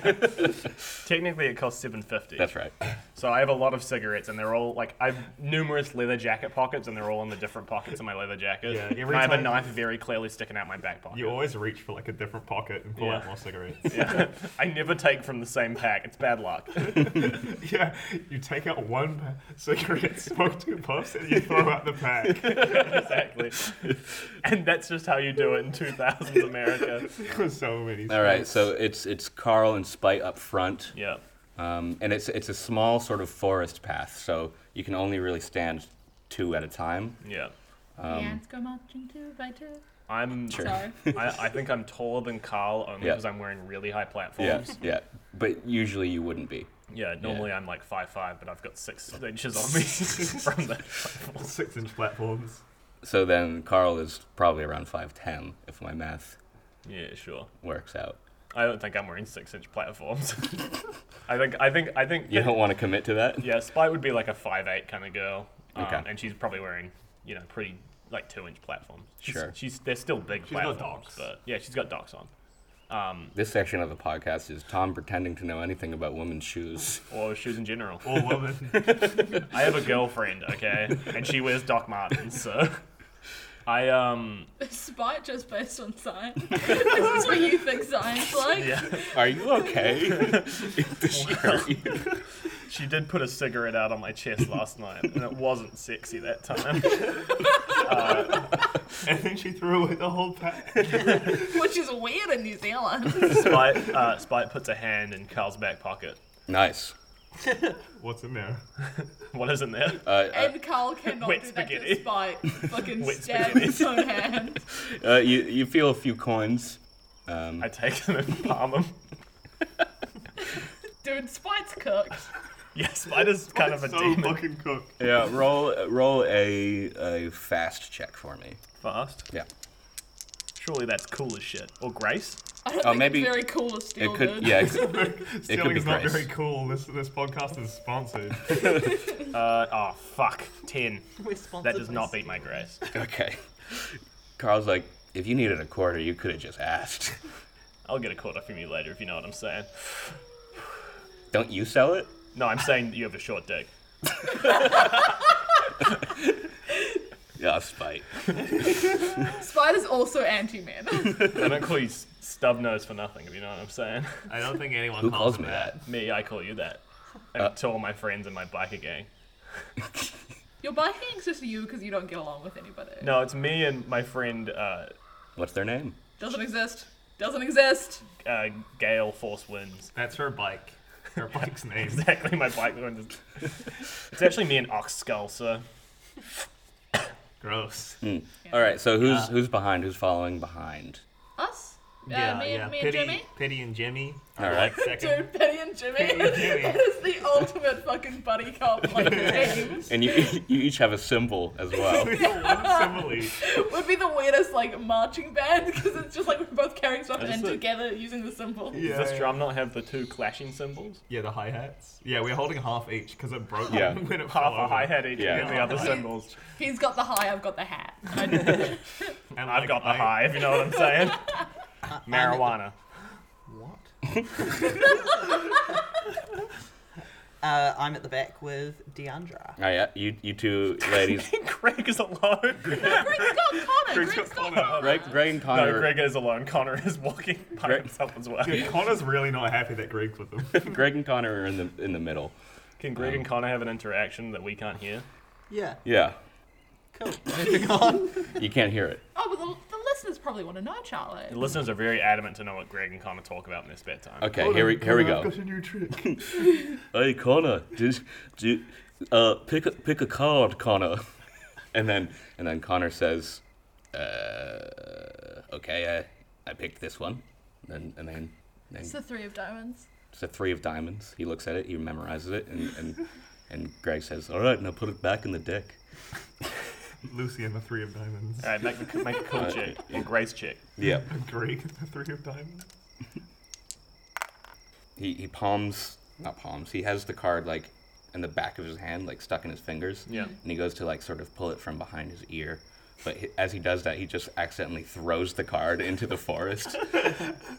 Technically, it costs seven fifty.
That's right.
So I have a lot of cigarettes, and they're all like I have numerous leather jacket pockets, and they're all in the different pockets of my leather jacket.
Yeah, every
And I have a
time-
knife very clearly sticking out my back pocket.
You always reach for like a different pocket and pull
Yeah.
out more cigarettes.
*laughs* Yeah. *laughs* I never take from the same pack. It's bad luck.
*laughs* yeah, you take out one pa- cigarette, smoke two puffs, and you throw out the pack. *laughs*
exactly. And that's just how you do it in 2000s America.
There were so many.
All right.
cigarettes.
So it's it's Carl and Spite up front.
Yeah.
Um, and it's it's a small sort of forest path, so you can only really stand two at a time.
Yeah.
the ants go marching two by two.
I'm. *laughs*
Sorry.
I, I think I'm taller than Carl only
Yeah.
because I'm wearing really high
Yeah,
platforms.
yeah. But usually you wouldn't be.
Yeah. normally I'm like five five, but I've got six inches on me *laughs* from the platform.
six inch platforms.
So then Carl is probably around five ten, if my math
Yeah, sure.
works out.
I don't think I'm wearing six inch platforms. *laughs* I think I think I think
You don't want to commit to that.
yeah, Spy would be like a five eight kind of girl. Um,
Okay.
And she's probably wearing, you know, pretty like two inch platforms. She's,
Sure.
She's they're still big
She's got
platforms.
docks.
But yeah, she's got docks on. Um,
This section of the podcast is Tom pretending to know anything about women's shoes.
or shoes in general.
All *laughs* women.
I have a girlfriend, okay, and she wears Doc Martens, so I um
Spite just based on science. this is what you think science like.
yeah.
Are you okay? Does she hurt you?
She did put a cigarette out on my chest last night, and it wasn't sexy that time. *laughs* Uh,
and then she threw away the whole pack.
Which is weird in New Zealand.
Spite, uh, Spite puts a hand in Carl's back pocket.
*laughs* Nice.
What's in there?
What is in there?
Uh, uh,
and Carl cannot
Wet
do
spaghetti.
that to Spite. Fucking
Wet
stab his own hand.
uh, you you feel a few coins. Um,
I take them and palm them.
Dude, Spite's cooked.
Yeah, Spider's kind of a
so
demon.
fucking cooked.
yeah. Roll roll a a fast check for me.
Fast.
*laughs*
Yeah.
Surely that's cool as shit. Or Grace?
I don't
Oh,
think
maybe-
it's very cool to
It
steal,
could.
dude.
Yeah. It could,
Stealing
be
is not
Grace.
very cool. This this podcast is sponsored.
Uh, oh, fuck. Ten.
We're sponsored
That does
by
not beat my Grace.
okay. Carl's like, if you needed a quarter, you could have just asked. *laughs*
I'll get a quarter from you later if you know what I'm saying.
Don't you sell it?
No, I'm saying that you have a short dick.
Yeah, spite.
*laughs* Spider's also anti-man. *laughs*
I don't call you s- stub nose for nothing if you know what I'm saying.
I don't think anyone
Who
calls,
calls me that?
Me, I call you that. And
Uh,
to all my friends and my biker gang.
Your biking is just you because you don't get along with anybody.
No, it's me and my friend uh,
What's their name?
Doesn't exist. Doesn't exist.
uh, Gale Force Winds.
That's her bike.
*laughs*
Her bike's name.
Exactly, my bike wind
*laughs*
is- It's actually me and Ox Skull, sir.
Gross.
Uh,
Hmm. All right. So who's who's behind? Who's following behind?
Us?
Yeah,
uh, me,
yeah.
and, me and
Pity,
Jimmy?
Pity and Jimmy.
All right.
Second.
Dude, Penny and Jimmy *laughs* is the ultimate fucking buddy cop *laughs* like name.
And you *laughs* you each have a symbol as well.
*laughs* Simile.
Would be the weirdest like marching band *laughs* because it's just like we're both carrying stuff and
just, like-
together using the symbol.
Yeah.
Does this drum not have the two clashing cymbals?
Yeah, the hi hats. Yeah, we're holding half each because it broke
Yeah.
when it
Half
fell
a
over.
hi hat each
Yeah.
and the other cymbals.
He's got the high, I've got the *laughs* hat. I-
And
I've
like,
got the
I-
high, if you know what I'm
*laughs*
saying. Marijuana.
What? uh, I'm at the back with Deandra.
All right. Yeah, you you two
*laughs*
ladies.
Greg is alone.
Greg's got Connor. Greg's got Connor.
Greg, Greg and Connor.
No, Greg is alone. Connor is walking by
Greg-
himself as well.
Dude, Connor's really not happy that Greg's with
*laughs*
him.
Greg and Connor are in the in the middle.
Can Greg and Connor have an interaction that we can't hear?
Yeah,
Yeah.
cool. Moving on.
You can't hear it.
Oh, but the, the listeners probably want to know, Charlie.
The listeners are very adamant to know what Greg and Connor talk about in their spare time.
Okay. Here we here we go.
a new trick. *laughs*
Hey Connor, did, did uh pick a, pick a card, Connor. *laughs* And then and then Connor says, uh, okay, I, I picked this one. And and then then
It's the three of diamonds.
it's a three of diamonds. He looks at it, he memorizes it, and and, and Greg says, all right, now put it back in the deck.
Lucy and the Three of Diamonds.
All right, make, a- make a cool check or Grace check.
Yeah.
*laughs* Greg and the Three of Diamonds.
He he palms not palms. He has the card like in the back of his hand, like stuck in his fingers.
Yeah.
And he goes to like sort of pull it from behind his ear, But he, as he does that, he just accidentally throws the card into the forest,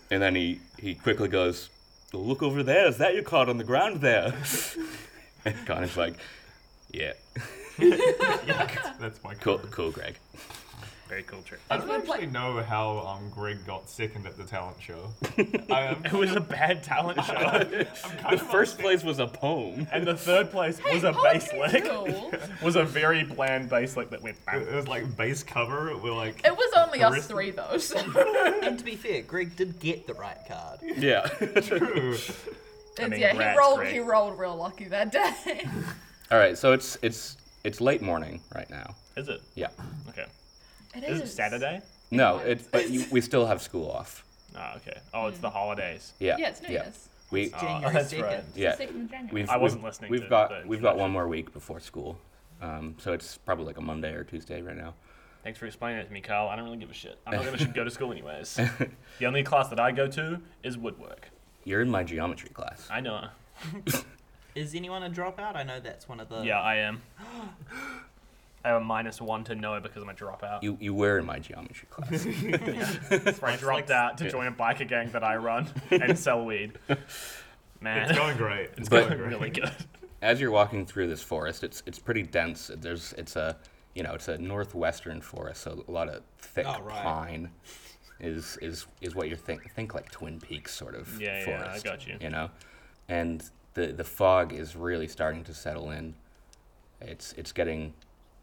and then he he quickly goes, "Look over there! Is that your card on the ground there?" *laughs* and Connor's like, "Yeah,
That's my
cool,
card.
cool, Greg."
Very cool trick.
I don't
That's my pla-
actually know how um, Greg got second at the talent show. I am
It was a bad talent show.
The first place was a poem.
and the third place was a bass
poetry's
lick. *laughs*
cool.
Was a very bland bass lick that went.
It was like base cover. We're like,
It was only us
Charisma.
three
*laughs*
though, so
And to be fair, Greg did get the right card.
Yeah. *laughs*
true.
It's-
mean,
yeah, he
grats,
rolled.
Greg.
He rolled real lucky that day. *laughs*
All right, so it's it's it's late morning right now.
Is it?
Yeah.
Okay.
It
Is it Saturday?
No, it's but you, we still have school off.
Oh, okay. Oh, it's the holidays.
Yeah.
Yeah, it's New
yeah.
Year's.
We
Oh,
January
that's
2nd.
right.
yeah.
Second of January.
We've,
I wasn't
we've-
listening
We've
to
got
the
we've got one more week before school, um, so it's probably like a Monday or Tuesday right now.
Thanks for explaining it to me, Carl. I don't really give a shit. I'm not
*laughs*
gonna should go to school anyways. The only class that I go to is woodwork.
You're in my geometry class.
I know.
Uh.
Is anyone a dropout? I know that's one of the.
Yeah, I am. *gasps* I have a minus one to know because I'm a dropout.
You you were in my geometry class.
I dropped out to join a biker gang that I run and sell weed. Man,
It's going great. It's
But-
going great.
*laughs* really good.
As you're walking through this forest, it's it's pretty dense. There's it's a you know it's a northwestern forest, so a lot of thick
Oh, right.
pine is is is what you think think like Twin Peaks sort of
Yeah, yeah, I
forest.
got you.
You know, and the the fog is really starting to settle in. It's it's getting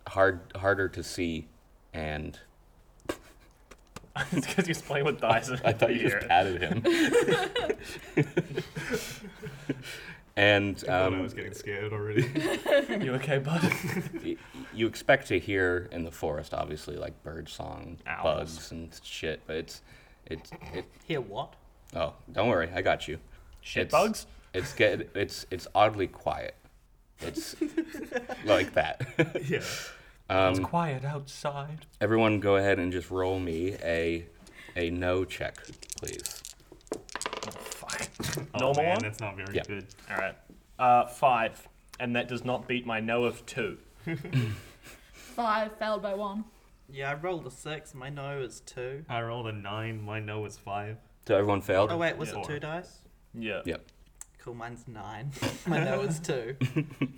hard harder to see, and
it's because he's playing with dice.
I thought you just patted him.
*laughs*
*laughs* and
Oh, no, *laughs* I
um,
was getting
*laughs*
scared already.
You okay, bud?
y- you expect to hear in the forest, obviously, like bird song,
Owls.
bugs and shit. But it's it's it.
Hear what?
Oh, don't worry, I got you.
Shit
It's-
bugs?
It's get it's it's oddly quiet. It's *laughs* like that. *laughs*
yeah.
it's quiet outside.
Everyone, go ahead and just roll me a a no check, please.
Fuck.
Oh,
Normal
man,
one?
That's not very
Yeah.
good.
Alright. Uh, five. And that does not beat my no of two.
Five failed by one. *laughs*
Yeah, I rolled a six. My no is two.
I rolled a nine. My no was five.
So everyone failed.
Oh wait, was
Yeah.
it two dice?
Yeah.
Yep.
Cool, mine's nine. *laughs* My no is two.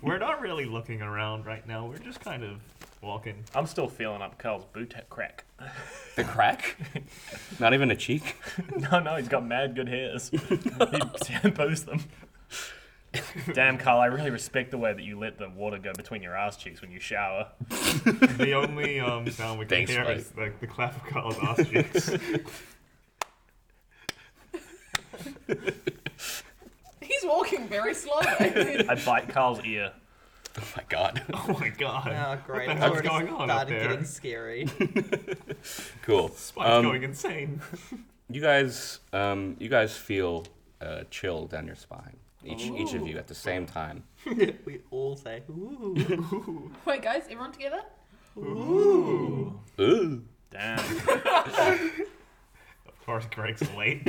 We're not really looking around right now. We're just kind of walking.
I'm still feeling up Carl's boot ha- crack. *laughs*
The crack? Not even a cheek. *laughs*
No, no, he's got mad good hairs. he shampoos them. Damn, Carl, I really respect the way that you let the water go between your ass cheeks when you shower.
The
*laughs*
only um, sound we can
Thanks,
hear
mate.
is like the clap of Carl's ass cheeks.
*laughs*
He's walking
*laughs*
very slowly.
I bite Carl's ear.
Oh my god. *laughs*
oh my god.
*laughs* Oh great,
What
it's
the hell's
already
going on up
started
there?
getting
*laughs*
scary.
Cool.
Spike's
Um,
going insane.
You guys, um, you guys feel uh, chill down your spine. Each, each of you at the same time.
we all say, ooh.
*laughs* Wait, guys, everyone together?
Ooh.
Damn. *laughs*
Of course, Greg's late.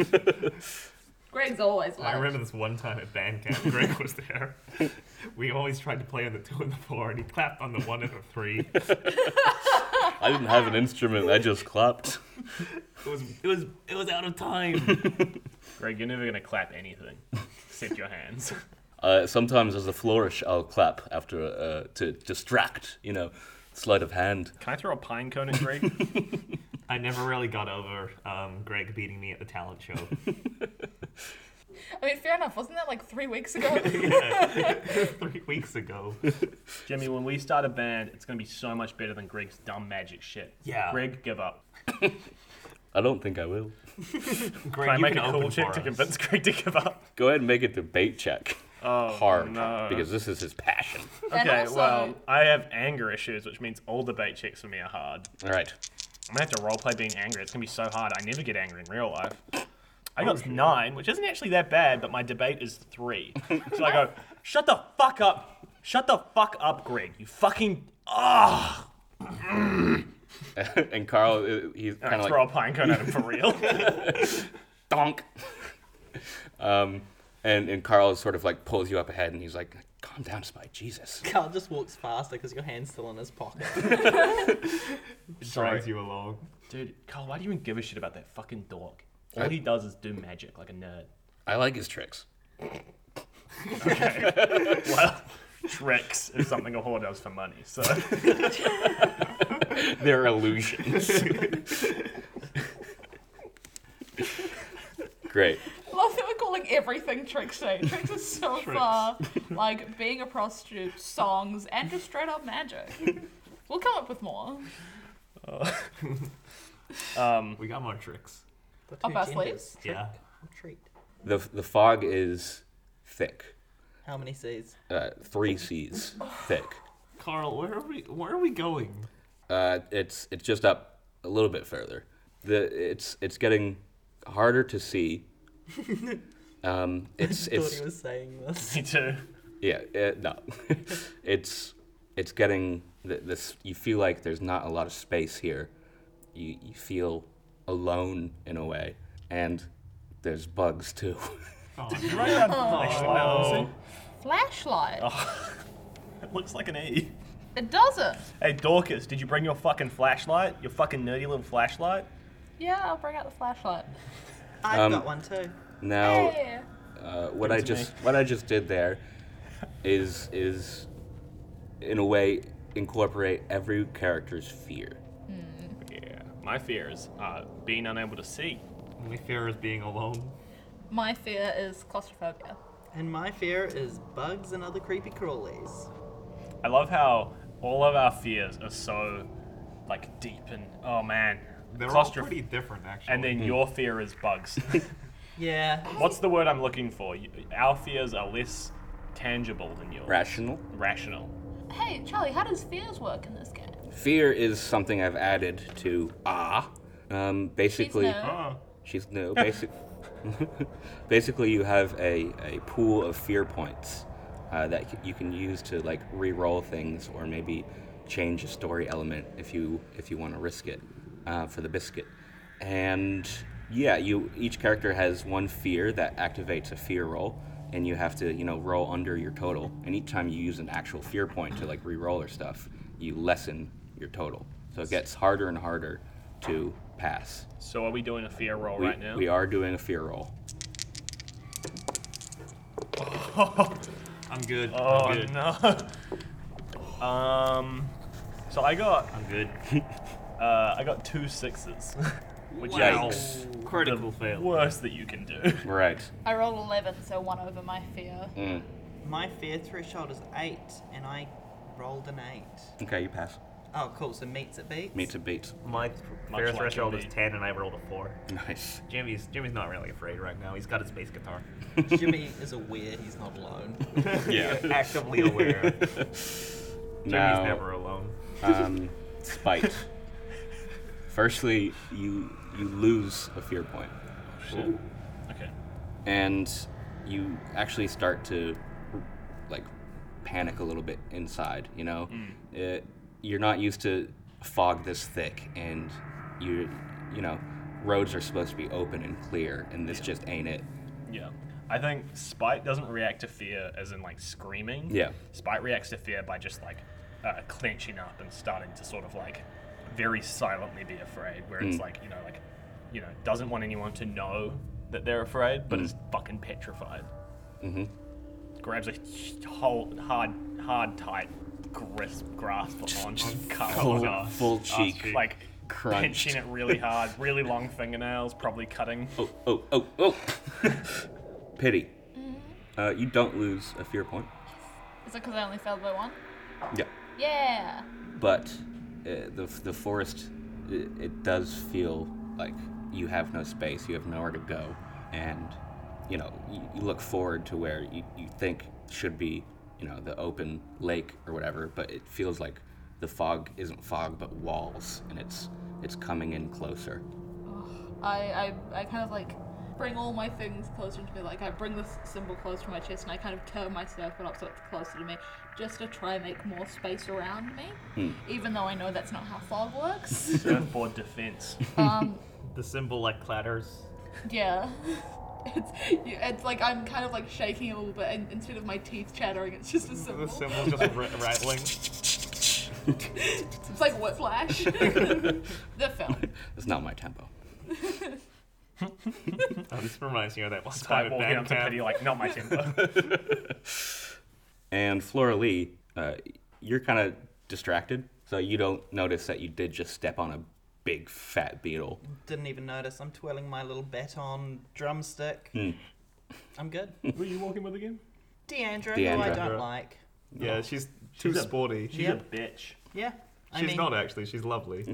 *laughs*
Greg's always
I
like.
remember this one time at band camp, Greg
*laughs*
was there. We always tried to play on the two and the four, and he clapped on the one and the three. It
I didn't have an instrument. I just clapped.
was, it was, it was out of
*laughs*
time.
Greg, you're never going to clap anything except your hands.
Uh, sometimes as a flourish, I'll clap after uh, to distract. You know, sleight of hand.
*laughs* Can I throw a pine cone at Greg?
*laughs* I never really got over um, Greg beating me at the talent show.
I mean, fair enough. Wasn't that like three
*laughs*
weeks ago?
three weeks ago.
Jimmy, when we start a band, it's going to be so much better than Greg's dumb magic shit.
Yeah.
Greg, give up.
I don't think I will.
Greg,
Can I
you
make
can
a cool
open
check
for
to
us.
convince Greg to give up?
Go ahead and make a debate check.
Oh,
Hard,
no.
because this is his passion.
And
okay,
also-
well, I have anger issues, which means all debate checks for me are hard.
All right. *laughs*
I'm gonna have to roleplay being angry. It's gonna be so hard. I never get angry in real life. I got nine, which isn't actually that bad, but my debate is three. So I go, shut the fuck up. Shut the fuck up, Greg. You fucking. Ah!
and Carl, uh, he's
And
kind of
I
like
throw a pine cone at him for real.
*laughs* donk. um, and and Carl sort of like pulls you up ahead, and he's like, "God Calm down, Spike. Jesus.
Carl just walks faster because your hand's still in his pocket.
Drives you along.
Dude, Carl, why do you even give a shit about that fucking dog? All he does is do magic like a nerd.
I like his tricks.
Well, tricks is something a whore does for money.
*laughs*
So
They're illusions. Great.
I love that we're calling everything
*laughs*
Trixie. Trix is so far like being a prostitute, songs, and just straight
*laughs*
up magic. We'll come up with more.
um, *laughs*
We got more tricks.
The two
Up our
genders.
sleeves?
Yeah.
Treat.
The, the fog is thick.
How many C's?
Uh, three C's thick.
Carl, where are we? Where are we going?
Uh, it's it's just up a little bit further. The it's it's getting harder to see. Um,
*laughs*
it's
Thought
it's
he was saying this.
me too.
yeah uh no, *laughs* it's it's getting th- this. You feel like there's not a lot of space here. You you feel alone in a way, and there's bugs too. *laughs*
Oh,
Oh,
Flashlight.
it looks like an E.
It doesn't.
Hey Dorcas, did you bring your fucking flashlight? Your fucking nerdy little flashlight?
Yeah, I'll bring out the flashlight.
*laughs* I've
Um,
got one too.
Now.
Yeah.
Uh, what
Give
I
it to
just what I just did there is is in a way incorporate every character's fear.
Yeah. My fear is uh, being unable to see.
Only fear is being alone.
My fear is claustrophobia.
And my fear is bugs and other creepy crawlies.
I love how all of our fears are so like deep and oh man.
They're all
claustroph-
pretty different, actually.
and then your fear is
*laughs*
bugs.
Yeah.
What's the word I'm looking for? You- Our fears are less tangible than yours.
Rational
Rational.
Hey, Charlie, how does fears work in this game?
fear is something I've added to ah. Um, basically,
She's no.
Oh.
she's no. Basic, *laughs* basically, you have a, a pool of fear points uh, that c- you can use to like re-roll things or maybe change a story element if you if you want to risk it uh, for the biscuit. And yeah, you each character has one fear that activates a fear roll, and you have to you know roll under your total. And each time you use an actual fear point to like re-roll or stuff, you lessen your total. So it gets harder and harder to pass.
So are we doing a fear roll
We,
right now?
we are doing a fear roll.
I'm good.
Oh
I'm good.
no. *laughs* um. So I got
I'm good.
*laughs* uh, I got two sixes, *laughs* which
Wow.
is
Yikes.
Critical
the
fail.
worst that you can do. *laughs*
Right.
I rolled 11, so one over my fear.
Mm.
My fear threshold is eight, and I rolled an eight.
Okay, you pass.
Oh, cool. So meets it beats. *laughs*
Meets and beats.
My
Much
fear
like
threshold
Jimmy.
is 10 and I rolled a 4.
*laughs* Nice.
Jimmy's Jimmy's not really afraid right now. He's got his bass
*laughs*
guitar.
Jimmy is aware he's
*laughs*
not alone.
Yeah.
*laughs*
Actively
*laughs*
aware. Jimmy's
now,
never alone.
um, spite. Firstly, you you lose a fear point,
Okay.
and you actually start to like panic a little bit inside. You know, it, you're not used to fog this thick, and you you know roads are supposed to be open and clear, and this just ain't it.
Yeah. I think Spite doesn't react to fear as in like screaming.
Yeah.
Spite reacts to fear by just like uh, clenching up and starting to sort of like very silently be afraid, where
Mm.
it's like, you know, like, you know, doesn't want anyone to know that they're afraid,
Mm.
but is fucking petrified. Mm-hmm. Grabs a h- whole hard, hard, tight grasp, grasp on *laughs* Carl's
full-
ass-
full
ass
cheek
cheek, like
crunched.
pinching it really hard, really long fingernails,
*laughs*
probably cutting.
Oh, oh, oh, oh. *laughs* Pity. Uh, you don't lose a fear point.
Is it because I only failed by one?
Yeah.
Yeah.
But uh, the, the forest, it, it does feel like you have no space, you have nowhere to go. And, you know, you, you look forward to where you, you think should be, you know, the open lake or whatever, but it feels like the fog isn't fog but walls and it's it's coming in closer.
I, I, I kind of like bring all my things closer to me. Like I bring this symbol close to my chest and I kind of curve my circle up so it's closer to me just to try and make more space around me. Even though I know that's not how fog works. *laughs*
Surfboard defense.
um,
The symbol like clatters.
yeah. *laughs* It's, you, it's like I'm kind of like shaking a little bit, and instead of my teeth chattering, it's just a
The
symbol.
symbol's *laughs* just r- rattling.
It's like whiplash. *laughs* the film.
It's not my tempo.
Oh, this reminds me of that one
Despite
time at
walking up
band
to Petty
camp.
like, not my temper.
And Flora Lee, uh, you're kind of distracted, so you don't notice that you did just step on a big fat *laughs* beetle.
Didn't even notice. I'm twirling my little baton drumstick.
Hmm. *laughs*
I'm good.
Were you walking with again?
Deandra, who I
Deandra.
don't like.
Yeah, she's too
She's a-
sporty.
She's
Yeah.
a bitch.
Yeah. I
she's
mean,
not actually. She's lovely.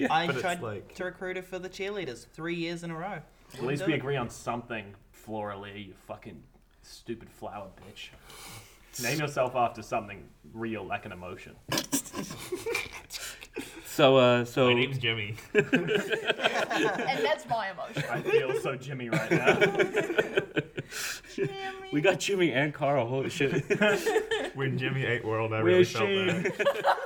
yeah.
I
but it's
tried
like-
to recruit her for the cheerleaders three years in a row.
At least
do
we
it.
agree on something, Flora Lee, you fucking stupid flower bitch. Name yourself after something real, like an emotion.
So, uh, so
My name's
*laughs*
Jimmy.
And that's my emotion.
*laughs* I feel so Jimmy right now.
we got Jimmy and Carl. Holy shit! *laughs*
When Jimmy ate world, I really
Where's
felt that.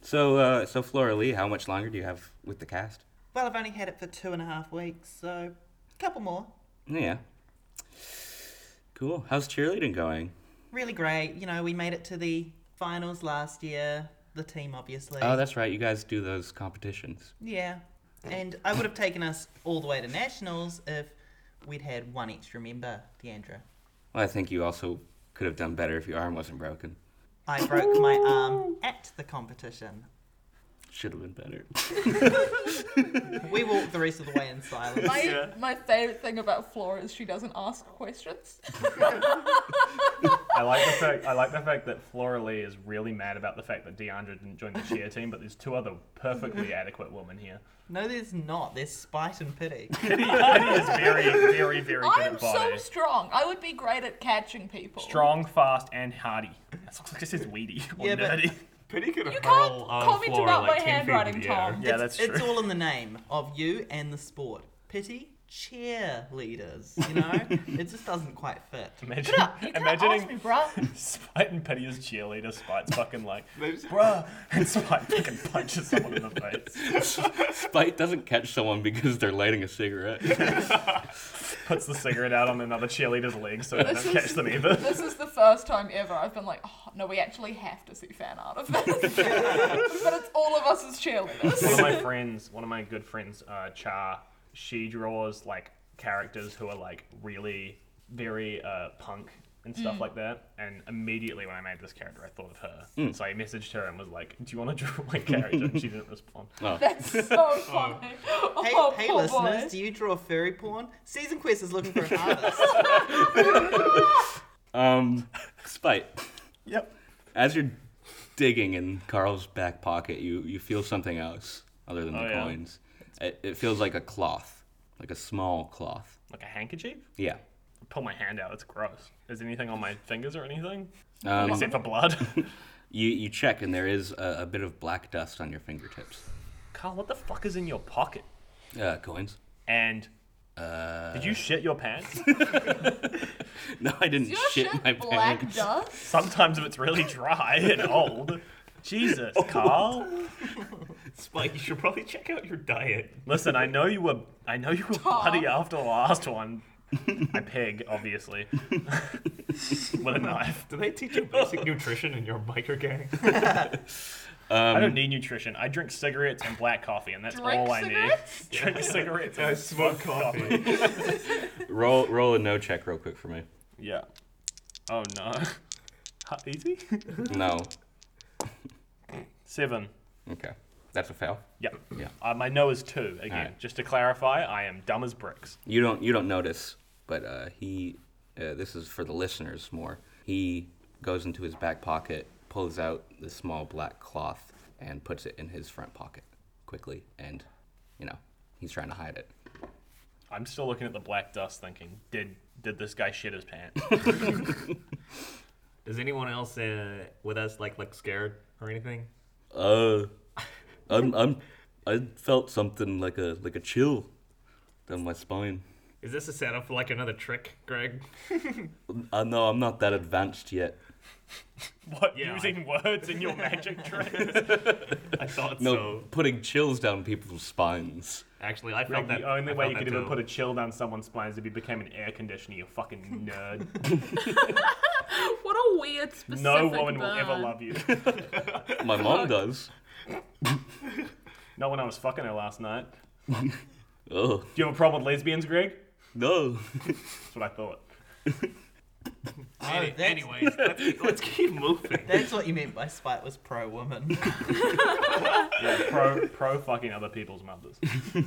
so, uh, so Flora Lee, how much longer do you have with the cast?
Well, I've only had it for two and a half weeks, so a couple more.
Yeah. Cool. How's cheerleading going?
Really great. You know, we made it to the finals last year. The team, obviously.
Oh, that's right. You guys do those competitions.
yeah. And I would have taken us all the way to nationals if we'd had one extra member, Deandra.
Well, I think you also could have done better if your arm wasn't broken.
I broke my arm at the competition.
Should have been better.
We walked the rest of the way in silence.
My,
Yeah.
my favorite thing about Flora is she doesn't ask questions.
I like the fact I like the fact that Flora Lee is really mad about the fact that DeAndre didn't join the cheer team, but there's two other perfectly adequate women here. *laughs*
No, there's not. There's spite and pity.
Kitty, Kitty is very, very, very good
I'm
at
so
body.
strong. I would be great at catching people.
Strong, fast, and hardy. *laughs* That looks like it says weedy or
Yeah, but-
nerdy.
Petty could
You
hurl
can't
on
comment
Flora
about my
like 10 feet in
handwriting,
the air.
Tom.
Yeah, that's true.
It's all in the name of you and the sport. Pity cheerleaders, you know? it just doesn't quite fit.
Imagine,
uh, You can't ask me,
imagining
bruh.
Spite and Petty as cheerleader. Spite's fucking like,
*laughs* They just-
bruh, and Spite fucking punches someone in the face.
*laughs* Spite doesn't catch someone because they're lighting a cigarette.
Puts the cigarette out on another cheerleader's leg so they don't
This
catch
is-
them either.
This is the first time ever I've been like, oh, no, we actually have to see fan art of this. *laughs* but it's all of us
one
as cheerleaders.
of my friends, one of my good friends, uh, Cha, she draws like characters who are like really very uh, punk and
Mm.
stuff like that. And immediately when I made this character, I thought of her.
Mm.
So I messaged her and was like, "Do you want to draw my character?" And she didn't respond.
*laughs* That's so funny. Oh,
Hey, hey
poor
listeners,
boy.
do you draw furry porn? Season Quest is looking for an artist.
Um, Spite,
Yep.
as you're digging in Carl's back pocket, you, you feel something else other than
Oh,
the
yeah.
coins. It, it feels like a cloth, like a small cloth.
Like a handkerchief.
Yeah.
I pull my hand out. It's gross. Is anything on my fingers or anything?
Um,
Except for
*laughs*
blood.
you, you check, and there is a, a bit of black dust on your fingertips.
Carl, what the fuck is in your pocket?
Uh, coins. *laughs*
And.
Uh.
Did you shit your pants?
No, I didn't
Is your
shit
shit
my
black
pants.
dust?
Sometimes if it's really dry and old. Jesus, Carl.
Spike, you should probably check out your diet.
Listen, I know you were I know you were bloody after the last one. I peg, obviously. *laughs* With a knife.
Do they teach you basic nutrition in your biker gang?
I
Um,
don't need nutrition. I drink cigarettes and black coffee, and that's
Drink
all I
cigarettes?
need. Drink cigarettes.
*laughs* I smoke coffee.
Roll, roll a no check real quick for me.
Yeah. Oh no. *laughs* Ha- Easy.
No.
Seven.
Okay. That's a fail.
Yeah.
Yeah.
Uh, my no is two again.
Alright.
Just to clarify, I am dumb as bricks.
You don't you don't notice, but uh, he uh, this is for the listeners more. He goes into his back pocket, pulls out the small black cloth, and puts it in his front pocket quickly. And you know he's trying to hide it.
I'm still looking at the black dust, thinking, did did this guy shit his pants? *laughs*
Does anyone else uh, with us like look scared or anything?
Uh, I'm I'm I felt something like a like a chill down my spine.
Is this a setup for like another trick, Greg?
Uh, I know I'm not that advanced yet.
What,
Yeah, I-
using words in your
*laughs*
magic tricks?
I thought
No,
so.
putting chills down people's spines.
Actually, I felt
Like
that.
the only
I
way
felt
you could
that
even
too.
put a chill down someone's spine is if you became an air conditioner, you
*laughs*
fucking nerd.
What a weird specific
no woman will ever
burn.
love you. *laughs*
My mom does.
Not when I was fucking her last night.
Oh
Do you have a problem with lesbians, Greg?
no.
That's what I thought.
Oh, that's,
Anyways, let's keep, let's *laughs* keep moving.
that's what you meant by spite was pro woman.
Yeah, pro, pro fucking other people's mothers.
All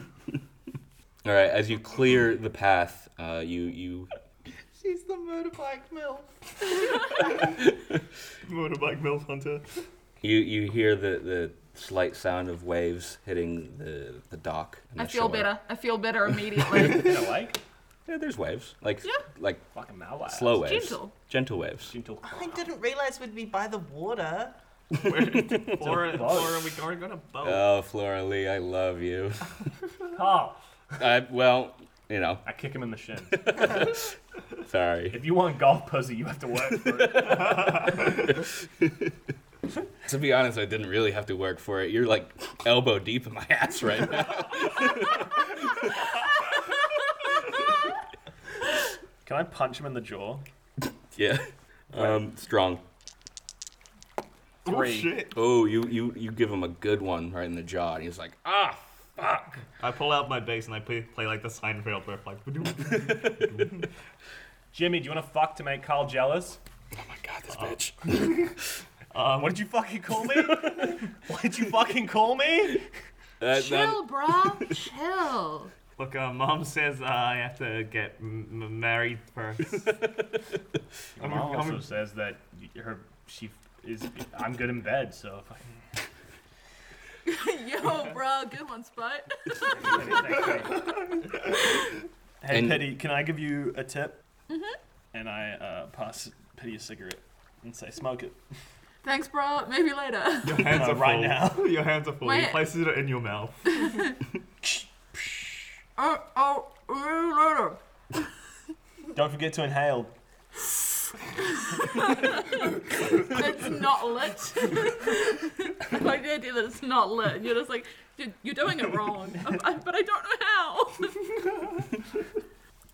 right. As you clear the path, uh, you you
She's the motorbike milf.
*laughs* Motorbike milf hunter.
you you hear the the slight sound of waves hitting the the dock. and
I
the
feel
shore.
better. I
*laughs*
feel better immediately.
In a lake?
Yeah, there's waves. Like
Yeah.
like
Fucking my life.
slow waves.
gentle.
Gentle waves.
Gentle.
I didn't realize we'd be by the water.
*laughs* Or,
a boat.
or we are gonna boat.
Oh, Flora Lee, I love
*laughs*
you.
Oh,
I, well, you know,
I kick him in the shin.
sorry.
If you want golf pussy, you have to work for it.
To be honest, I didn't really have to work for it. You're like elbow deep in my ass right
*laughs*
now.
*laughs* Can I punch him in the jaw?
Yeah. Um, strong.
oh
three.
shit!
Oh, you, you, you give him a good one right in the jaw, and he's like, ah, fuck.
I pull out my bass and I play, play like the Seinfeld riff, like. *laughs*
Jimmy, do you want to fuck to make Carl jealous?
Oh my god, this bitch.
Um,
What did you fucking call me? *laughs* what did you fucking call me?
That, that,
Chill, bruh. Chill.
Look, uh, mom says uh, I have to get m- m- married
*laughs*
first.
Mom also says that y- her she is. I'm good in bed, so if I
*laughs* Yo, bruh. Good one, Spite.
*laughs* hey,
And-
Pity, can I give you a tip? Mm-hmm. And I uh, pass Pity a cigarette and say, smoke it.
Thanks, bruh. Maybe
*laughs*
later.
Your hands
Uh,
are
right
full. *laughs* Your hands are full.
My-
He places it in your mouth.
Oh, oh, maybe later.
Don't forget to inhale.
it's not lit. *laughs* I like the idea that it's not lit. You're just like, dude, you're doing it wrong. *laughs* I'm- I- but I don't know how.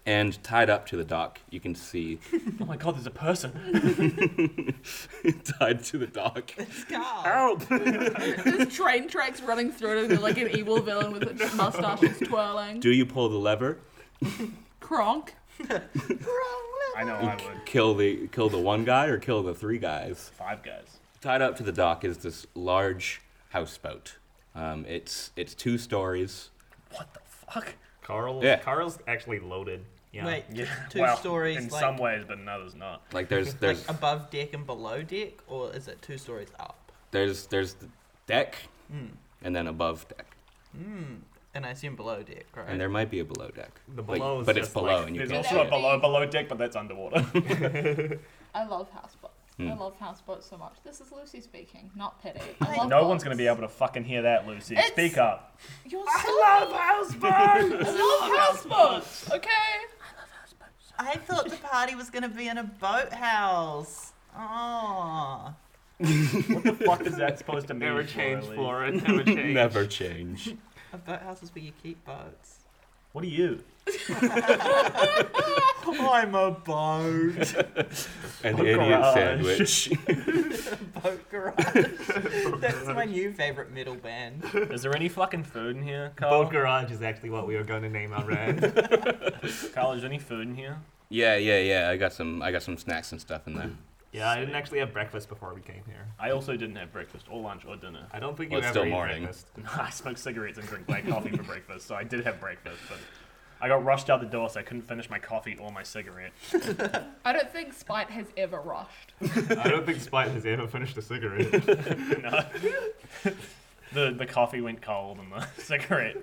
and tied up to the dock, you can see. *laughs*
Oh my god, there's a person.
tied to the dock.
Scar.
Help!
There's train tracks running through it and like an evil
*laughs*
villain with a mustache is twirling.
Do you pull the lever?
Kronk.
I know I would.
Kill the kill the one guy or kill the three guys?
Five guys.
tied up to the dock is this large houseboat. Um, it's it's two stories.
What the fuck?
Carl.
Yeah.
Carl's actually loaded. Yeah.
Wait,
Yeah.
two
well,
stories
in
like,
some ways, but in others not.
Like there's
*laughs* like
there's
above deck and below deck, or is it two stories up?
there's there's the deck, and then above deck,
And I assume below deck, right?
and there might be a below deck.
The
Like,
below is
but it's
just
below,
like-
and you
There's
can't
also
see
a
it.
below below deck, but that's underwater.
I love houseboats. I love houseboats so much. This is Lucy speaking, not Pity. I
*laughs*
love
no
boats.
one's gonna be able to fucking hear that, Lucy.
It's-
Speak up.
You're so
Houseboat!
I love houseboats. Okay.
I thought the party was going to be in a boathouse. Oh.
What the fuck is that supposed to mean?
never change
Riley?
for it.
*laughs*
Never
*laughs*
change.
Never change.
A boathouse is where you keep boats.
What are you?
I'm a boat.
An
Oh,
idiot
garage. *laughs*
sandwich.
*laughs*
*laughs*
boat garage. That's my new favorite metal band.
Is there any fucking food in here, Carl?
Boat garage is actually what we were going to name our *laughs* band.
Carl, is there any food in here?
yeah, yeah, yeah. I got some I got some snacks and stuff in there.
yeah, I didn't actually have breakfast before we came here.
I also didn't have breakfast or lunch or dinner. *laughs*
I don't think
Well,
you
it's
ever
still
eat
morning.
breakfast.
I smoked cigarettes and drank black coffee for breakfast, so I did have breakfast, but I got rushed out the door, so I couldn't finish my coffee or my cigarette.
I don't think Spite has ever rushed.
I don't think Spite has ever finished a cigarette. *laughs*
*laughs* The the coffee went cold and the *laughs* cigarette.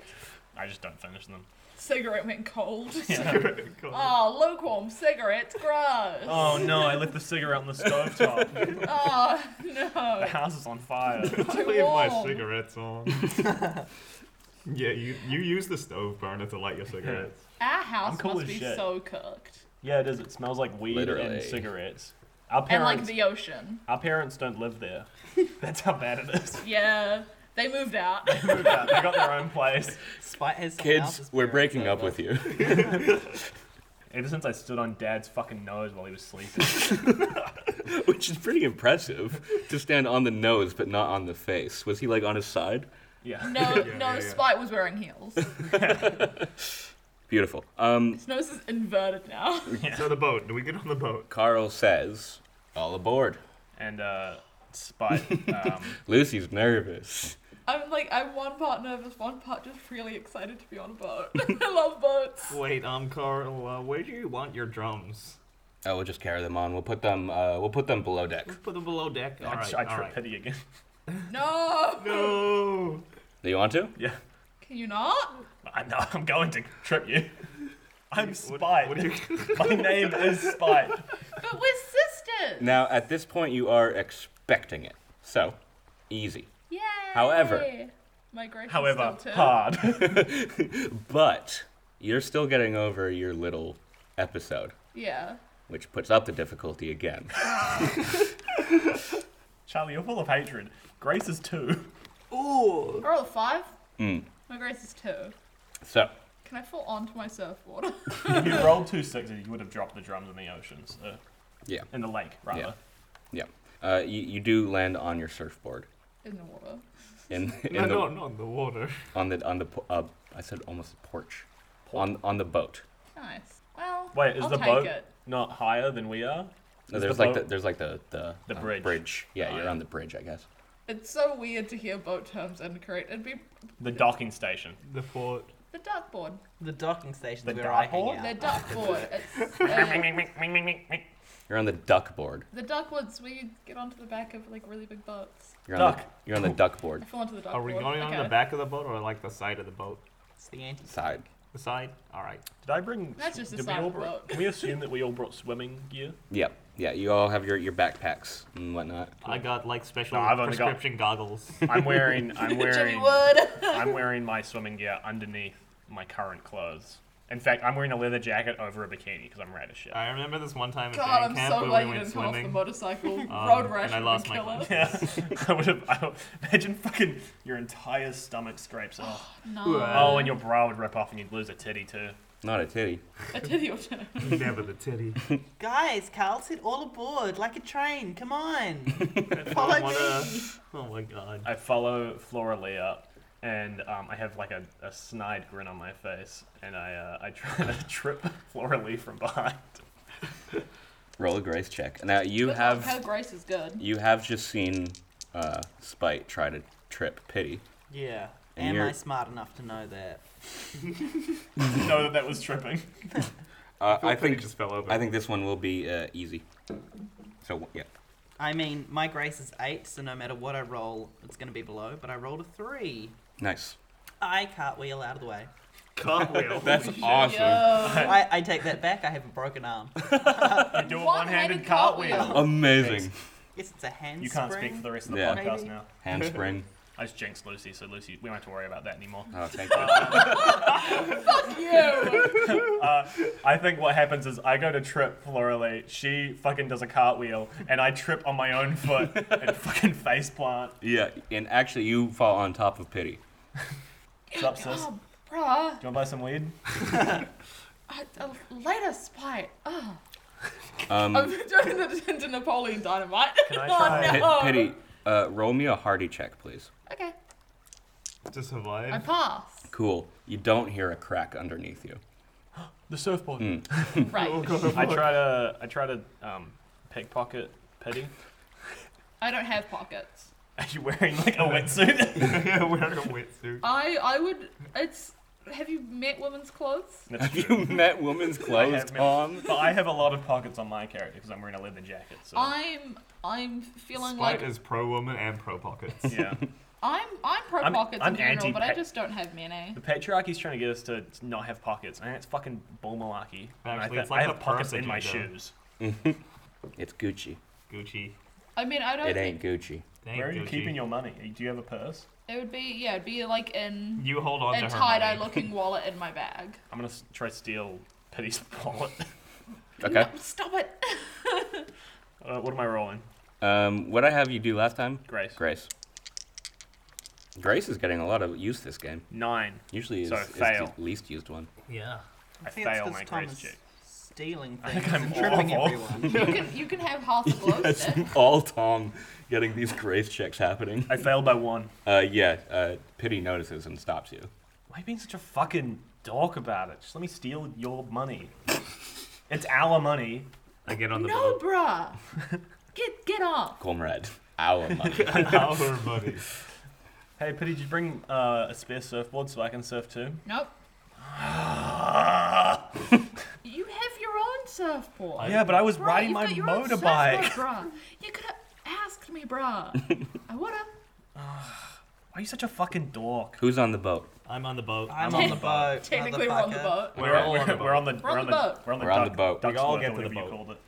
I just don't finish them.
Cigarette
*laughs*
went cold.
Cool.
Oh, lukewarm cigarettes, gross.
Oh
Oh,
no! I left the cigarette on the stove top. The
Ah, no.
house is on fire.
I leave my
warm.
cigarettes *laughs* on. yeah, you you use the stove burner to light your cigarettes.
Our house
I'm cool
must
as
be
shit.
so cooked.
Yeah, it is. It smells like weed
Literally.
and cigarettes. Our
and
parents,
like the ocean.
our parents don't live
*laughs*
there. That's how bad it is. *laughs*
Yeah, they moved out.
They moved out. They got their own place.
Spite has someone
Kids,
else's
we're
parents
breaking up
over.
with you.
Ever since I stood on Dad's fucking nose while he was sleeping.
Which is pretty impressive to stand on the nose but not on the face. Was he like on his side?
Yeah.
No,
yeah,
no,
yeah.
Spite was wearing heels.
Beautiful. Um,
His nose is inverted now.
So the boat. Do we get on the boat?
Carl says, "All aboard."
And uh, Spite. *laughs* Um,
Lucy's nervous.
I'm like, I'm one part nervous, one part just really excited to be on a boat. *laughs* I love boats.
Wait, um, Carl, uh, where do you want your drums?
Oh, we'll just carry them on. We'll put them. Uh, we'll put them below deck.
Put them below deck. All
I,
right,
tr- I
all
trip
right.
pity again. *laughs*
No.
No.
Do you want to?
Yeah.
Can you not?
I know. I'm going to trip you. I'm
What-
Spite.
What do you?
*laughs* My name is Spite.
But we're sisters.
Now, at this point, you are expecting it, so easy.
Yay.
However-
Migration
However,
still too.
hard. *laughs*
But you're still getting over your little episode,
Yeah.
which puts up the difficulty again. *laughs*
Charlie, you're full of hatred. Grace is
*laughs*
two.
Ooh.
Roll a five.
Mm.
My grace is two.
So,
Can I fall onto my surfboard? *laughs*
If you rolled two sixes, you would have dropped the drums in the ocean, so.
Yeah.
In the lake, rather.
Yeah. yeah, uh, you, you do land on your surfboard
In the water.
in, in
No,
the,
no, not in the water. *laughs*
on the on the po- uh, I said almost the porch, on on the boat.
Nice. Well,
Wait, is
I'll
the
take
boat
it.
not higher than we are?
No,
Is
there's
the
like the,
boat-
there's like the the,
The bridge.
Yeah,
Oh,
you're
yeah.
on the bridge, I guess.
It's so weird to hear boat terms incorrect. It'd be
The docking station.
The port.
the duck board.
The docking station
The
where
dock
I hang
board?
out.
The duck board. It's, uh,
You're on the duck board.
the duck woods where you get onto the back of like really big boats.
You're On
Duck.
the, you're on the duck
I
board
fall onto the duck
Are we
board.
going
okay.
on the back of the boat or like the side of the boat?
It's the anti.
side.
The side. All right.
Did I bring.
That's just the
did we
side of
all
the
bring-
boat.
Can we assume that we all brought swimming
*laughs*
gear?
Yep. Yeah, you all have your, your backpacks and whatnot.
I got like special
No, I've only got-
prescription goggles. *laughs*
I'm wearing. I'm
Jimmy
wearing.
*laughs* Wood.
I'm wearing my swimming gear underneath my current clothes. In fact, I'm wearing a leather jacket over a bikini because I'm rad as
*laughs*
shit.
I remember this one time at
God,
band
I'm
camp
so
where
glad
we
you
went
didn't come off the
swimming.
motorcycle.
um,
Road rash
and I
would
lost
be
my
killer. *laughs*
glasses.
Yeah, *laughs* I would have. I, would- imagine fucking your entire stomach scrapes off.
No.
*laughs*
Oh, and your bra would rip off and you'd lose a titty too.
Not a titty.
A titty or two.
Never
*laughs*
the titty.
Guys, Carl said all aboard like a train. Come
*laughs*
on. Follow
I
me.
wanna- *laughs* Oh my god.
I follow Flora Lee up, and um, I have like a, a snide grin on my face, and I uh, I try to *laughs* trip Flora Lee from behind. *laughs*
Roll a grace check. Now you
Good luck. Her
have
grace is good.
you have just seen uh, Spite try to trip Pity.
Yeah.
And
Am I
you're-
smart enough to know that?
Didn't know that that was tripping.
Uh, I
Pretty
think
just fell over.
I think this one will be uh, easy. So yeah,
I mean, my grace is eight, so no matter what I roll, it's going to be below. But I rolled a three.
nice.
I cartwheel out of the way.
cartwheel.
*laughs* That's
Holy shit.
awesome.
*laughs*
Yo.
I, I take that back. I have a broken arm.
You do a
One-handed
one-handed cartwheel.
cartwheel.
Amazing.
Yes, it's a hand.
You can't
spring.
speak for the rest of the
Yeah.
podcast
Maybe.
now. *laughs*
Handspring.
I just jinxed Lucy, so Lucy, we don't have to worry about that anymore.
Oh, thank you.
*laughs*
*laughs*
You.
I think what happens is I go to trip Florally, she fucking does a cartwheel, and I trip on my own
*laughs*
foot and fucking face plant.
Yeah, and actually you fall on top of Pity.
What's up, sis?
Oh, bruh.
Do you want to buy some weed?
I, uh, later, Spite. Oh.
Um,
Mm.
I'm *laughs* turning that into Napoleon Dynamite.
Can I
*laughs* Oh,
try-
Pit-
no.
Pity, uh, roll me a hardy check, please.
Okay,
To
I
survive.
pass.
*laughs*
Cool. You don't hear a crack underneath you. *laughs*
The surfboard.
Right.
I try to I try to um, pickpocket Pity.
I don't have pockets.
*laughs* Are you wearing like a wetsuit? *laughs*
*laughs* yeah, wearing a wetsuit.
I I would. It's. Have you met women's clothes?
That's true.
You met women's
I
clothes,
have met-
Tom.
But I have a lot of pockets on my character because I'm wearing a leather jacket. So
I'm I'm feeling
Spite
like
is pro woman and pro pockets.
*laughs* yeah,
I'm I'm pro
I'm-
pockets
I'm
in general, but I
anti-pa-
just don't have many.
the patriarchy's trying to get us to not have pockets, and it's fucking bull malarkey. And I,
Actually,
th-
it's like
I
a
have
purse
pockets in my
agenda.
shoes.
It's Gucci.
Gucci.
I mean, I don't.
It ain't Gucci.
Dang,
Where are you
Gucci.
keeping your money? Do you have a purse?
It would be yeah. It'd be like in
You hold on
a
to her
tie dye
money.
looking wallet in my bag.
I'm gonna *laughs* s- try to steal Pity's wallet.
Okay.
No, stop it.
Uh, what am I rolling?
Um, what I have you do last time?
Grace.
Grace. Grace is getting a lot of use this game.
Nine.
Usually is,
So,
is the
fail.
least used one.
Yeah.
I
think it's
fail
'cause
my
Tom
grace
is
check.
Stealing
I think
things and
I'm
tripping
awful.
everyone.
*laughs*
You can you can have half a glow
*laughs*
stick.
All Tom getting these grace checks happening.
I failed by one.
Uh, yeah, uh, Pity notices and stops you.
Why are you being such a fucking dork about it? Just let me steal your money. it's our money.
I get on the
No,
boat.
bruh. Get get off.
Comrade,
*laughs*
our money.
*laughs* Our money.
Hey, Pity, did you bring uh, a spare surfboard so I can surf too?
Nope. You have your own surfboard.
yeah, but I was
Bruh,
riding
you've
my
got your own
motorbike. Why
Surfboard, bruh. You could have asked me, bruh. I would have.
are you such a fucking dork?
Who's on the boat?
I'm on the boat.
I'm on the boat.
Technically, we're on the
motherfucker.
boat.
We're, all on the
boat.
*laughs* we're on the
We're on the boat.
We're on the,
We're on
duck-
the boat.
duck's
We all
worth,
get
or
to the
whatever you
boat.
called it.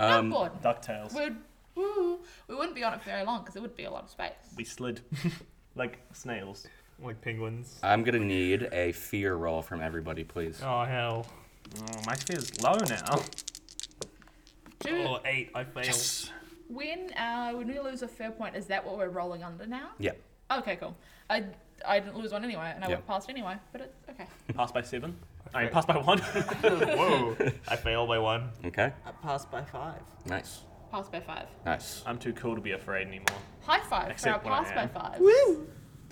Um,
Surfboard.
Ducktales.
We'd, woo, we wouldn't be on it very long because it would be a lot of space.
We slid *laughs* like snails.
like penguins.
I'm gonna need a fear roll from everybody, please.
Oh hell.
Oh, my fear's low now.
Do,
Oh eight. I failed.
*laughs*
When uh, when we lose a fair point, is that what we're rolling under now?
Yeah.
Okay, cool. I, I didn't lose one anyway, and I
Yeah.
went past anyway. But it's okay.
Pass by seven. I mean, pass by one. *laughs*
Whoa. I failed by one.
Okay.
I Uh, passed by five.
Nice.
Passed by five.
Nice.
I'm too cool to be afraid anymore.
High five
Except
for
when I
our pass by
am.
five.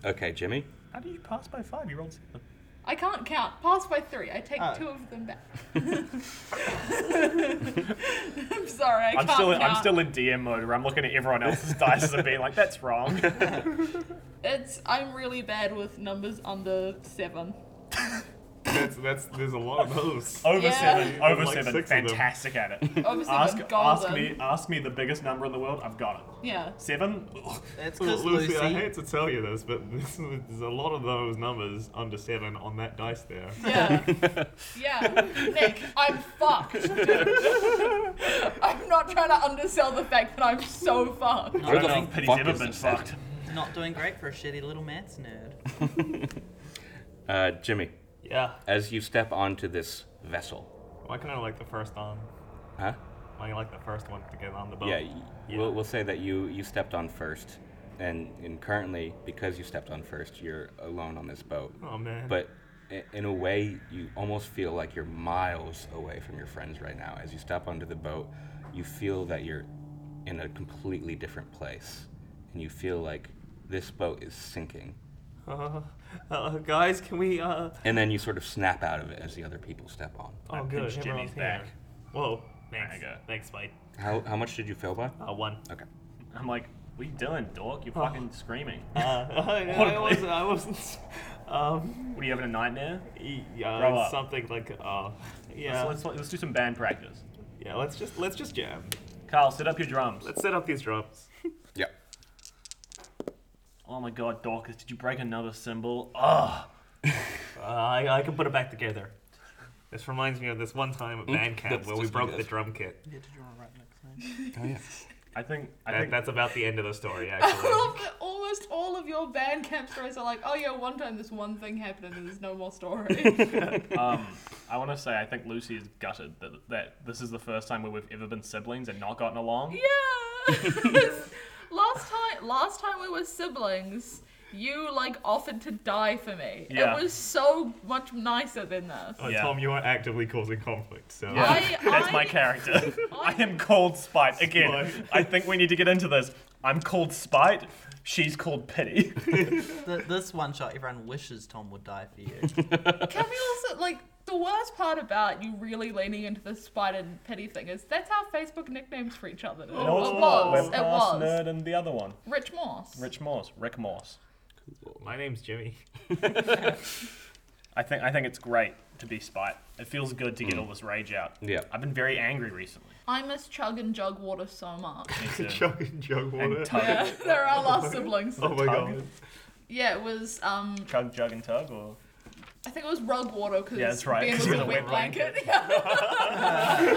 Okay, Jimmy.
How did you pass by five? You rolled seven.
I can't count. Pass by three. I take
Oh.
two of them
*laughs*
back. *laughs* I'm sorry. I
I'm
can't
still,
count.
I'm still in DM mode where I'm looking at everyone
*laughs*
else's dice and being like, that's wrong.
It's I'm really bad with numbers under
*laughs*
seven.
That's that's. There's a lot of those.
Over
Yeah.
seven, over
Like
seven,
six of them.
fantastic
*laughs*
at it.
Obviously,
ask,
golden.
ask me, ask me the biggest number in the world. I've got it. *laughs*
Yeah.
Seven.
That's because
Lucy,
Lucy.
I hate to tell you this, but this is- there's a lot of those numbers under seven on that dice there.
Yeah. yeah. Nick, I'm fucked. *laughs* dude. I'm not trying to undersell the fact that I'm so fucked.
I don't
the
think Pity's
fuck
ever
is
been
this
fucked.
Not doing great for a shitty little maths nerd.
Uh, Jimmy,
Yeah.
as you step onto this vessel,
Why can I like the first on?
huh?
Why you like the first one to get on the boat?
Yeah, y- We'll, we'll say that you, you stepped on first, and, and currently, because you stepped on first, you're alone on this boat.
Oh man.
But i- in a way, you almost feel like you're miles away from your friends right now. As you step onto the boat, you feel that you're in a completely different place, and you feel like this boat is sinking.
Uh, uh, guys, can we? Uh,
And then you sort of snap out of it as the other people step on.
oh,
I
good.
pinched Jimmy's
everyone's here.
back.
Whoa. Thanks.
I got it.
Thanks, Spike.
How, how much did you fail by?
Uh, one.
Okay.
I'm like, what are you doing, dork? You're
Oh.
fucking screaming.
Uh, *laughs* I, I wasn't. I wasn't. Um,
What are you having a nightmare?
y-
Grow
yeah,
up.
it's something like. Uh, yeah.
So let's, let's do some band practice.
yeah. Let's just let's just jam.
Carl, set up your drums.
Let's set up these drums.
Yep.
Oh my god, Dorcas, did you break another cymbal? Ugh.
Uh, I I can put it back together. This reminds me of this one time at band camp
that's
where we
just
broke
you
the
guys.
drum kit.
Yeah, did you want to write next name?
Oh, yeah.
I think I
That,
think
that's about the end of the *laughs* story,
I
actually.
love that almost all of your band camp stories are like, oh yeah, one time this one thing happened and there's no more story.
um, I want to say I think Lucy is gutted that, that this is the first time where we've ever been siblings and not gotten along.
*laughs* yeah. *laughs* last time, last time we were siblings, you like offered to die for me.
Yeah.
It was so much nicer than this.
Oh,
Yeah.
Tom, you are actively causing conflict, so
Yeah. *laughs*
I-
That's
I-
my
*laughs*
character. I
I-
am called Spite. Again,
Spite.
I think we need to get into this. I'm called Spite. She's called Pity.
Th- this one shot, everyone wishes Tom would die for you.
Can we also like the worst part about you really leaning into the spider and pity thing is that's our Facebook nicknames for each other.
it's
it
not. *laughs*
was.
We're
It
past
was.
Oh, Nerd and the other one,
Rich Morse.
Rich Morse, Rick Morse.
my name's *laughs* Jimmy.
I think I think it's great to be Spite. It feels good to get all this rage out.
Yeah.
I've been very angry recently.
I miss Chug and Jug Water so much.
Me too.
Chug and jug water.
and tug.
Yeah, *laughs* they're our last siblings.
Oh my god.
Tug.
Yeah, it was. Um,
Chug, jug, and tug, or
I think it was Rug Water because
Yeah, that's right,
Ben
'cause
was
you're
in a
the
wet
wet
blanket. *laughs* Yeah.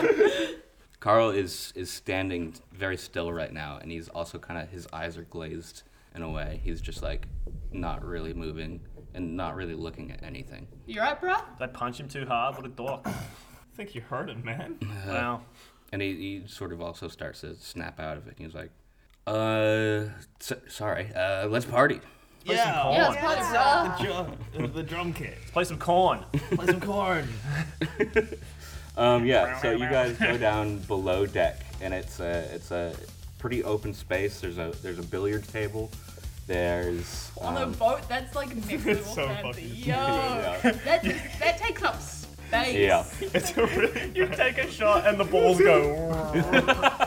Carl is is standing very still right now, and he's also kind of his eyes are glazed in a way. He's just like not really moving and not really looking at anything.
you right, bruh?
did I punch him too hard? What a dork!
*laughs* I think you heard it, man.
wow.
And he, he sort of also starts to snap out of it. He's like, uh, s sorry, uh, let's party.
Yeah,
Oh,
Yeah, uh,
let's
it's probably rough.
play *laughs* the, drum, Uh, the drum kit.
Let's play some corn.
Play some corn.
Um, yeah, so you guys
*laughs*
go down below deck, and it's a it's a pretty open space. There's a there's a billiard table. There's
on a
um,
boat. That's like next level
so
fancy.
fucking-
Yo, that that takes up space.
yeah.
It's a really
You take a shot and the balls go. *laughs*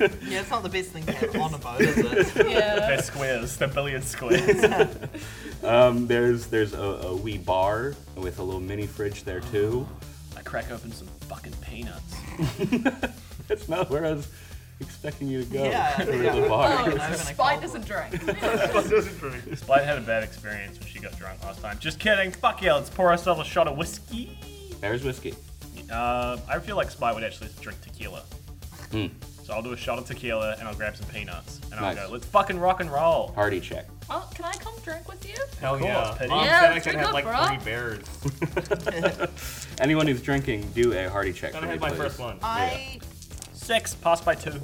Yeah, it's not the best thing to have on a boat, is it?
*laughs*
Yeah.
They're squares. They're billiard squares.
Um, there's there's a, a wee bar with a little mini fridge there too.
Oh.
I crack open some fucking peanuts.
That's not where I was expecting you to go. *laughs*
Yeah,
There was
yeah.
a bar.
Open
Oh,
a
Spy
cold
doesn't drink.
Spite had a bad experience when she got drunk last time. Just kidding. Fuck yeah, let's pour ourselves a shot of whiskey.
There's whiskey.
Uh, I feel like Spy would actually drink tequila. Hmm. So I'll do a shot of tequila and I'll grab some peanuts and I'll
Nice.
go, let's fucking rock and roll.
Party check.
Oh, can I come drink with you?
hell
course,
yeah.
Penny.
Mom
Yeah,
said I
let's
could
drink up,
have like
bruh.
three bears.
Anyone who's drinking, do a hardy check.
Then
for
I
me,
had my
please.
first one.
I
Six, pass by two.
I'm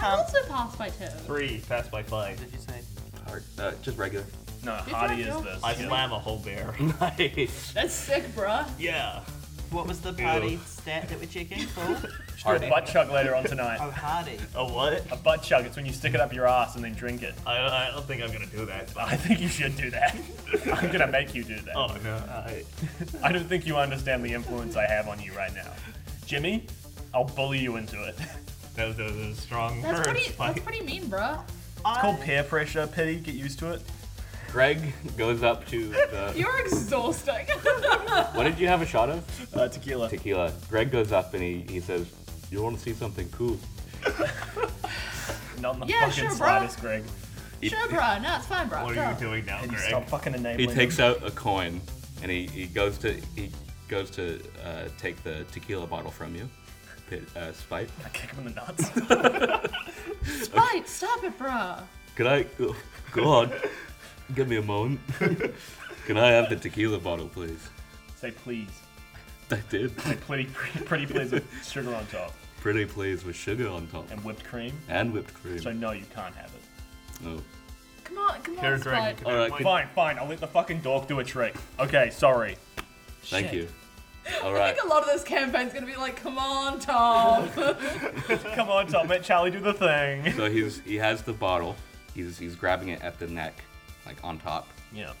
can't.
also passed by two.
Um, Three, passed by five.
Did you say?
Hard, uh, just regular.
No,
Good
Hardy
job,
is
Joe.
this.
I
Yeah.
slam a whole bear. *laughs*
Nice.
That's sick, bruh.
yeah.
What was the party stat that we're checking for?
Should do a butt chug later on tonight. *laughs*
Oh, Hardy.
A what?
a butt chug, it's when you stick it up your ass and then drink it.
I, I don't think I'm gonna do that. *laughs*
I think you should do *laughs* that. I'm gonna make you do that.
Oh no. I,
I don't think you understand the influence I have on you right now. Jimmy, I'll bully you into *laughs* it. It's
that, was, that was a strong
That's
word.
pretty.
Like,
That's pretty mean, bruh.
called peer pressure, Pity. Get used to it.
Greg goes up to the.
*laughs* You're
*laughs*
exhausting.
What did you have a shot of?
Uh, tequila.
Tequila. Greg goes up and he, he says, "You want to see something cool?"
Not in the
Yeah,
fucking
sure, bruh.
slightest, Greg.
sure, bruh. No, it's fine, bruh.
what are
Go.
you doing now,
Can you
Greg?
stop fucking
He
enabling
takes
them?
out a coin and he, he goes to he goes to uh, take the tequila bottle from you. Pit, uh, Spike.
I *laughs* kick him in the nuts. *laughs*
Spite, stop it, bruh.
Can I *laughs* go, go on? Give me a moment. *laughs* Can I have the tequila bottle, please?
Say please.
I did.
Say pretty, pretty please with sugar on top
Pretty please with sugar on top
and whipped cream.
and whipped cream.
So no, you can't have it.
Oh.
Come on, come
Here,
on,
Greg, you
Spite.
can
All
have
right,
one.
Fine, fine. I'll let the fucking dog do a trick. Okay, sorry.
Thank
*laughs*
Shit.
you. All
I
right.
think a lot of this campaign's gonna be like, come on, Tom. *laughs*
Come on, Tom. Let Charlie do the thing.
So he's he has the bottle. He's he's grabbing it at the neck, like on top.
*laughs* Yeah.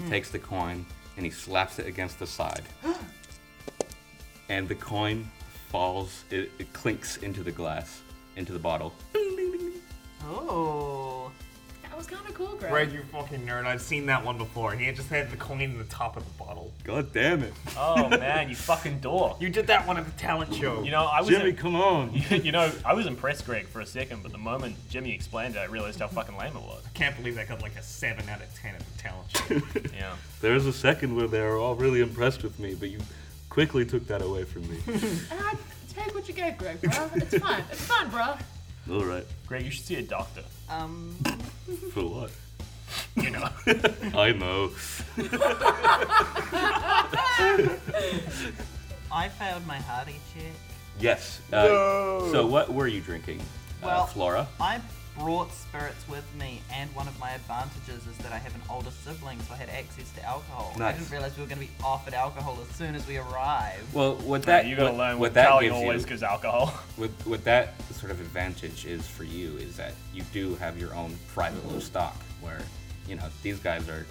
Mm.
Takes the coin and he slaps it against the
*gasps*
side. and the coin falls. It, it clinks into the glass, into the bottle.
Oh.
that was kind of cool, Greg.
Greg, you fucking nerd. I've seen that one before. He had just had the coin in the top of the bottle.
God damn it,
Oh man, you fucking dog.
You did that one at the talent show.
You know, I was.
Jimmy! Come on.
*laughs* you know, I was impressed, Greg, for a second, but the moment Jimmy explained it, I realized how fucking lame it was.
can't believe that got like a 7 out of 10 at the talent show. *laughs*
Yeah.
There was a second where they were all really impressed with me, but you quickly took that away from
*laughs*
me.
And I take what you get, Greg, bruh. It's fine. It's fine, bruh.
all right.
Greg, you should see a doctor.
Um.
For what?
You know.
*laughs* I know.
I failed my Hardy check.
Yes. Uh, So what were you drinking, uh,
Well-
Flora?
I brought spirits with me, and one of my advantages is that I have an older sibling, so I had access to alcohol. I
Nice.
didn't realize we were going to be offered alcohol as soon as we arrived.
Well, what that
you gotta
what,
learn
what
what
that
Charlie
gives
always
you,
gives alcohol. *laughs*
what, what that sort of advantage is for you is that you do have your own private little stock where, you know, these guys are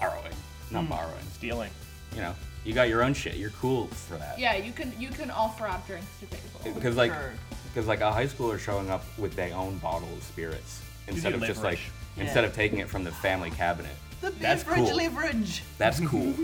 borrowing, not borrowing.
Stealing.
You know, you got your own shit. You're cool for that.
Yeah, you can you can offer up drinks to people.
Because like,
Sure.
because like a high schooler showing up with their own bottle of spirits instead of
need
just like
leverage.
instead
Yeah.
of taking it from the family cabinet.
The
That's
beverage
cool.
leverage.
That's cool.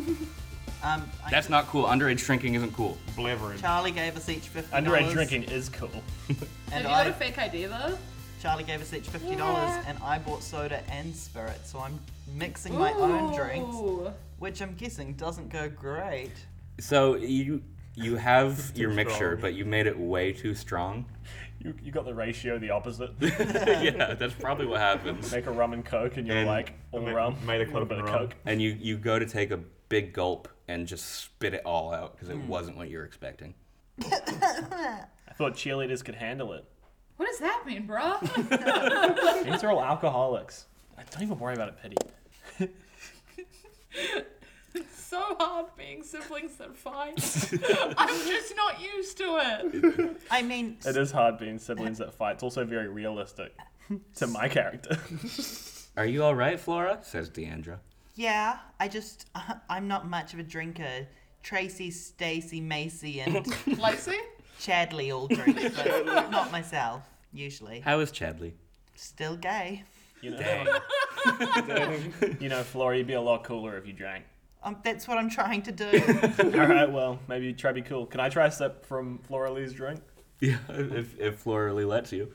Um, I-
That's not cool. Underage drinking isn't cool.
Blevering.
Charlie gave us each fifty.
Underage drinking is cool.
Have
And
you got
I,
a fake idea though?
Charlie gave us each fifty dollars,
Yeah.
and I bought soda and spirits, so I'm mixing my own drinks,
Ooh.
which I'm guessing doesn't go great.
So you you have your
strong.
mixture, but you made it way too strong.
You, you got the ratio the *laughs* opposite.
*laughs* yeah, that's probably what happens.
Make a rum and coke, and you're
And
like all
ma-
rum.
made a
little
Coke
bit
and
of
rum.
coke.
And you you go to take a big Hmm. gulp and just spit it all out because it wasn't what you were expecting.
I thought cheerleaders could handle it.
What does that mean, bruh? *laughs*
These are all alcoholics. I don't even worry about it, Pity.
It's so hard being siblings that fight. I'm just not used to it.
I mean,
It is hard being siblings that fight. It's also very realistic *laughs* to my character.
Are you all right, Flora? Says Deandra.
yeah, I just, *laughs* I'm not much of a drinker. Tracy, Stacy,
*laughs*
Macy, and
Lacey?
Chadley all drink, but not myself, usually.
How is Chadley?
Still gay.
You *laughs* know, *laughs* you know, Flora, you'd be a lot cooler if you drank.
Um, that's what I'm trying
*laughs*
to do.
*laughs*
All right, well, maybe try to be cool. Can I try a sip from Flora Lee's drink?
*laughs* Yeah, if, if Flora really lets you.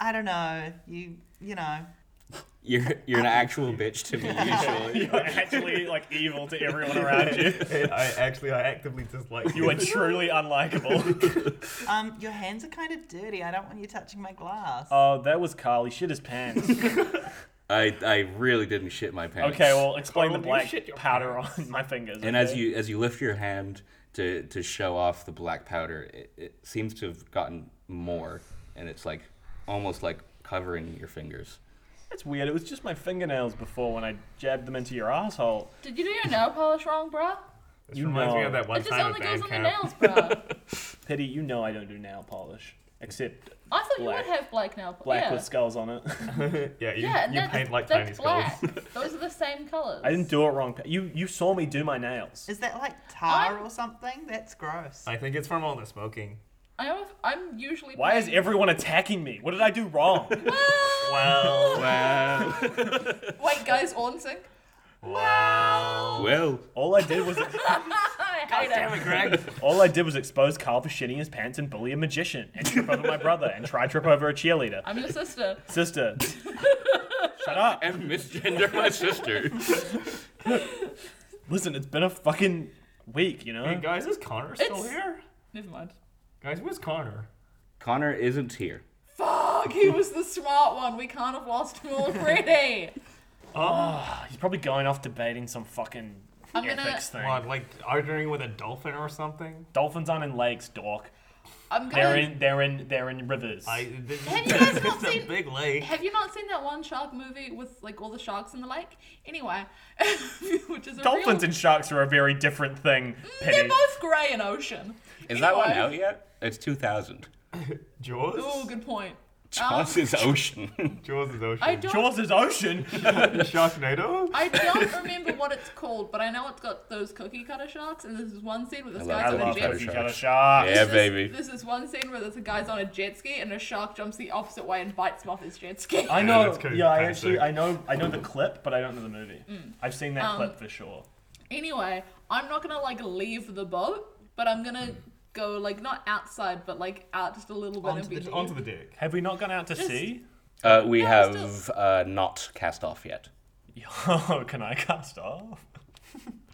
I don't know. You, you know.
You're you're an actual bitch *laughs* to me usually.
*laughs* You're actually like evil to everyone around you.
*laughs* I actually, I actively dislike
You are truly
*laughs*
unlikable.
Um, your hands are kind of dirty. I don't want you touching my glass.
Oh, that was Carly. Shit his pants.
I I really didn't shit my pants.
Okay, well, explain
Carl,
the
you
black
shit your
powder on my fingers.
And as
okay?
you as you lift your hand to to show off the black powder, it, it seems to have gotten more, and it's like almost like covering your fingers.
That's weird. It was just my fingernails before when I jabbed them into your asshole.
Did you do your nail polish wrong, bruh?
This
You
reminds me
know.
of that one
It just
time
only
at
goes
band
on the
camp.
nails, bruh.
Pity, you know I don't do nail polish. Except
I thought you
Black.
would have black nail polish.
black
yeah.
with skulls on it. *laughs*
yeah, you,
yeah, and
you
that's,
paint like tiny
that's
skulls.
black. Those are the same colors.
I didn't do it wrong. You you saw me do my nails.
Is that like tar
I-
or something? That's gross.
I think it's from all the smoking.
I am, I'm usually.
Why is
playing-
everyone attacking me? What did I do wrong?
Ah!
*laughs* Wow.
Wow.
Wait, guys, all in sync.
Wow.
well,
all I did *laughs* was
*laughs* I hate it.
Greg.
all I did was expose Carl for shitting his pants and bully a magician and trip over my brother and try to trip over a cheerleader.
I'm your sister.
Sister, shut up.
and misgender my sister.
Listen, it's been a fucking week, you know.
Hey guys, is Connor still
It's-
here?
Never mind.
Guys, where's Connor?
*laughs* Connor isn't here.
Fuck, he was the smart one. We can't have lost him already.
He's probably going off debating some fucking
I'm gonna-
ethics thing.
What, like arguing with a dolphin or something?
Dolphins aren't in lakes, dork.
I'm
They're
going.
in they're in they're in rivers.
I. This, *laughs*
Have you guys not
it's a
seen-
big lake.
Have you not seen that one shark movie with like all the sharks in the lake? Anyway, *laughs* which is a
Dolphins
real...
and sharks are a very different thing.
Mm, They're
Penny.
both grey in ocean.
Is that one
Anyway.
out yet? It's 2000.
Jaws.
Oh, good point.
Jaws is ocean.
Jaws is ocean.
I don't.
Jaws is ocean.
*laughs* Sharknado.
*laughs*
*laughs*
I don't remember what it's called, but I know it's got those cookie cutter sharks, and this is one scene where this
I love
guy's on a
cookie
jet
cutter
ski.
Cookie
sharks.
cutter sharks.
Yeah,
This is-
baby.
This is one scene where there's a guy's on a jet ski, and a shark jumps the opposite way and bites him off his jet ski.
I know.
that's kinda
yeah, I
fantastic.
actually I know I know the clip, but I don't know the movie. I've seen that
Um,
clip for sure.
*laughs* Anyway, I'm not gonna like leave the boat, but I'm gonna go like not outside, but like out just a little bit and
Onto
be
the-
here.
Onto the deck.
Have we not gone out to
Just-
sea?
*laughs* Uh, we
No,
have uh, not cast off yet.
Yo, *laughs* can I cast off?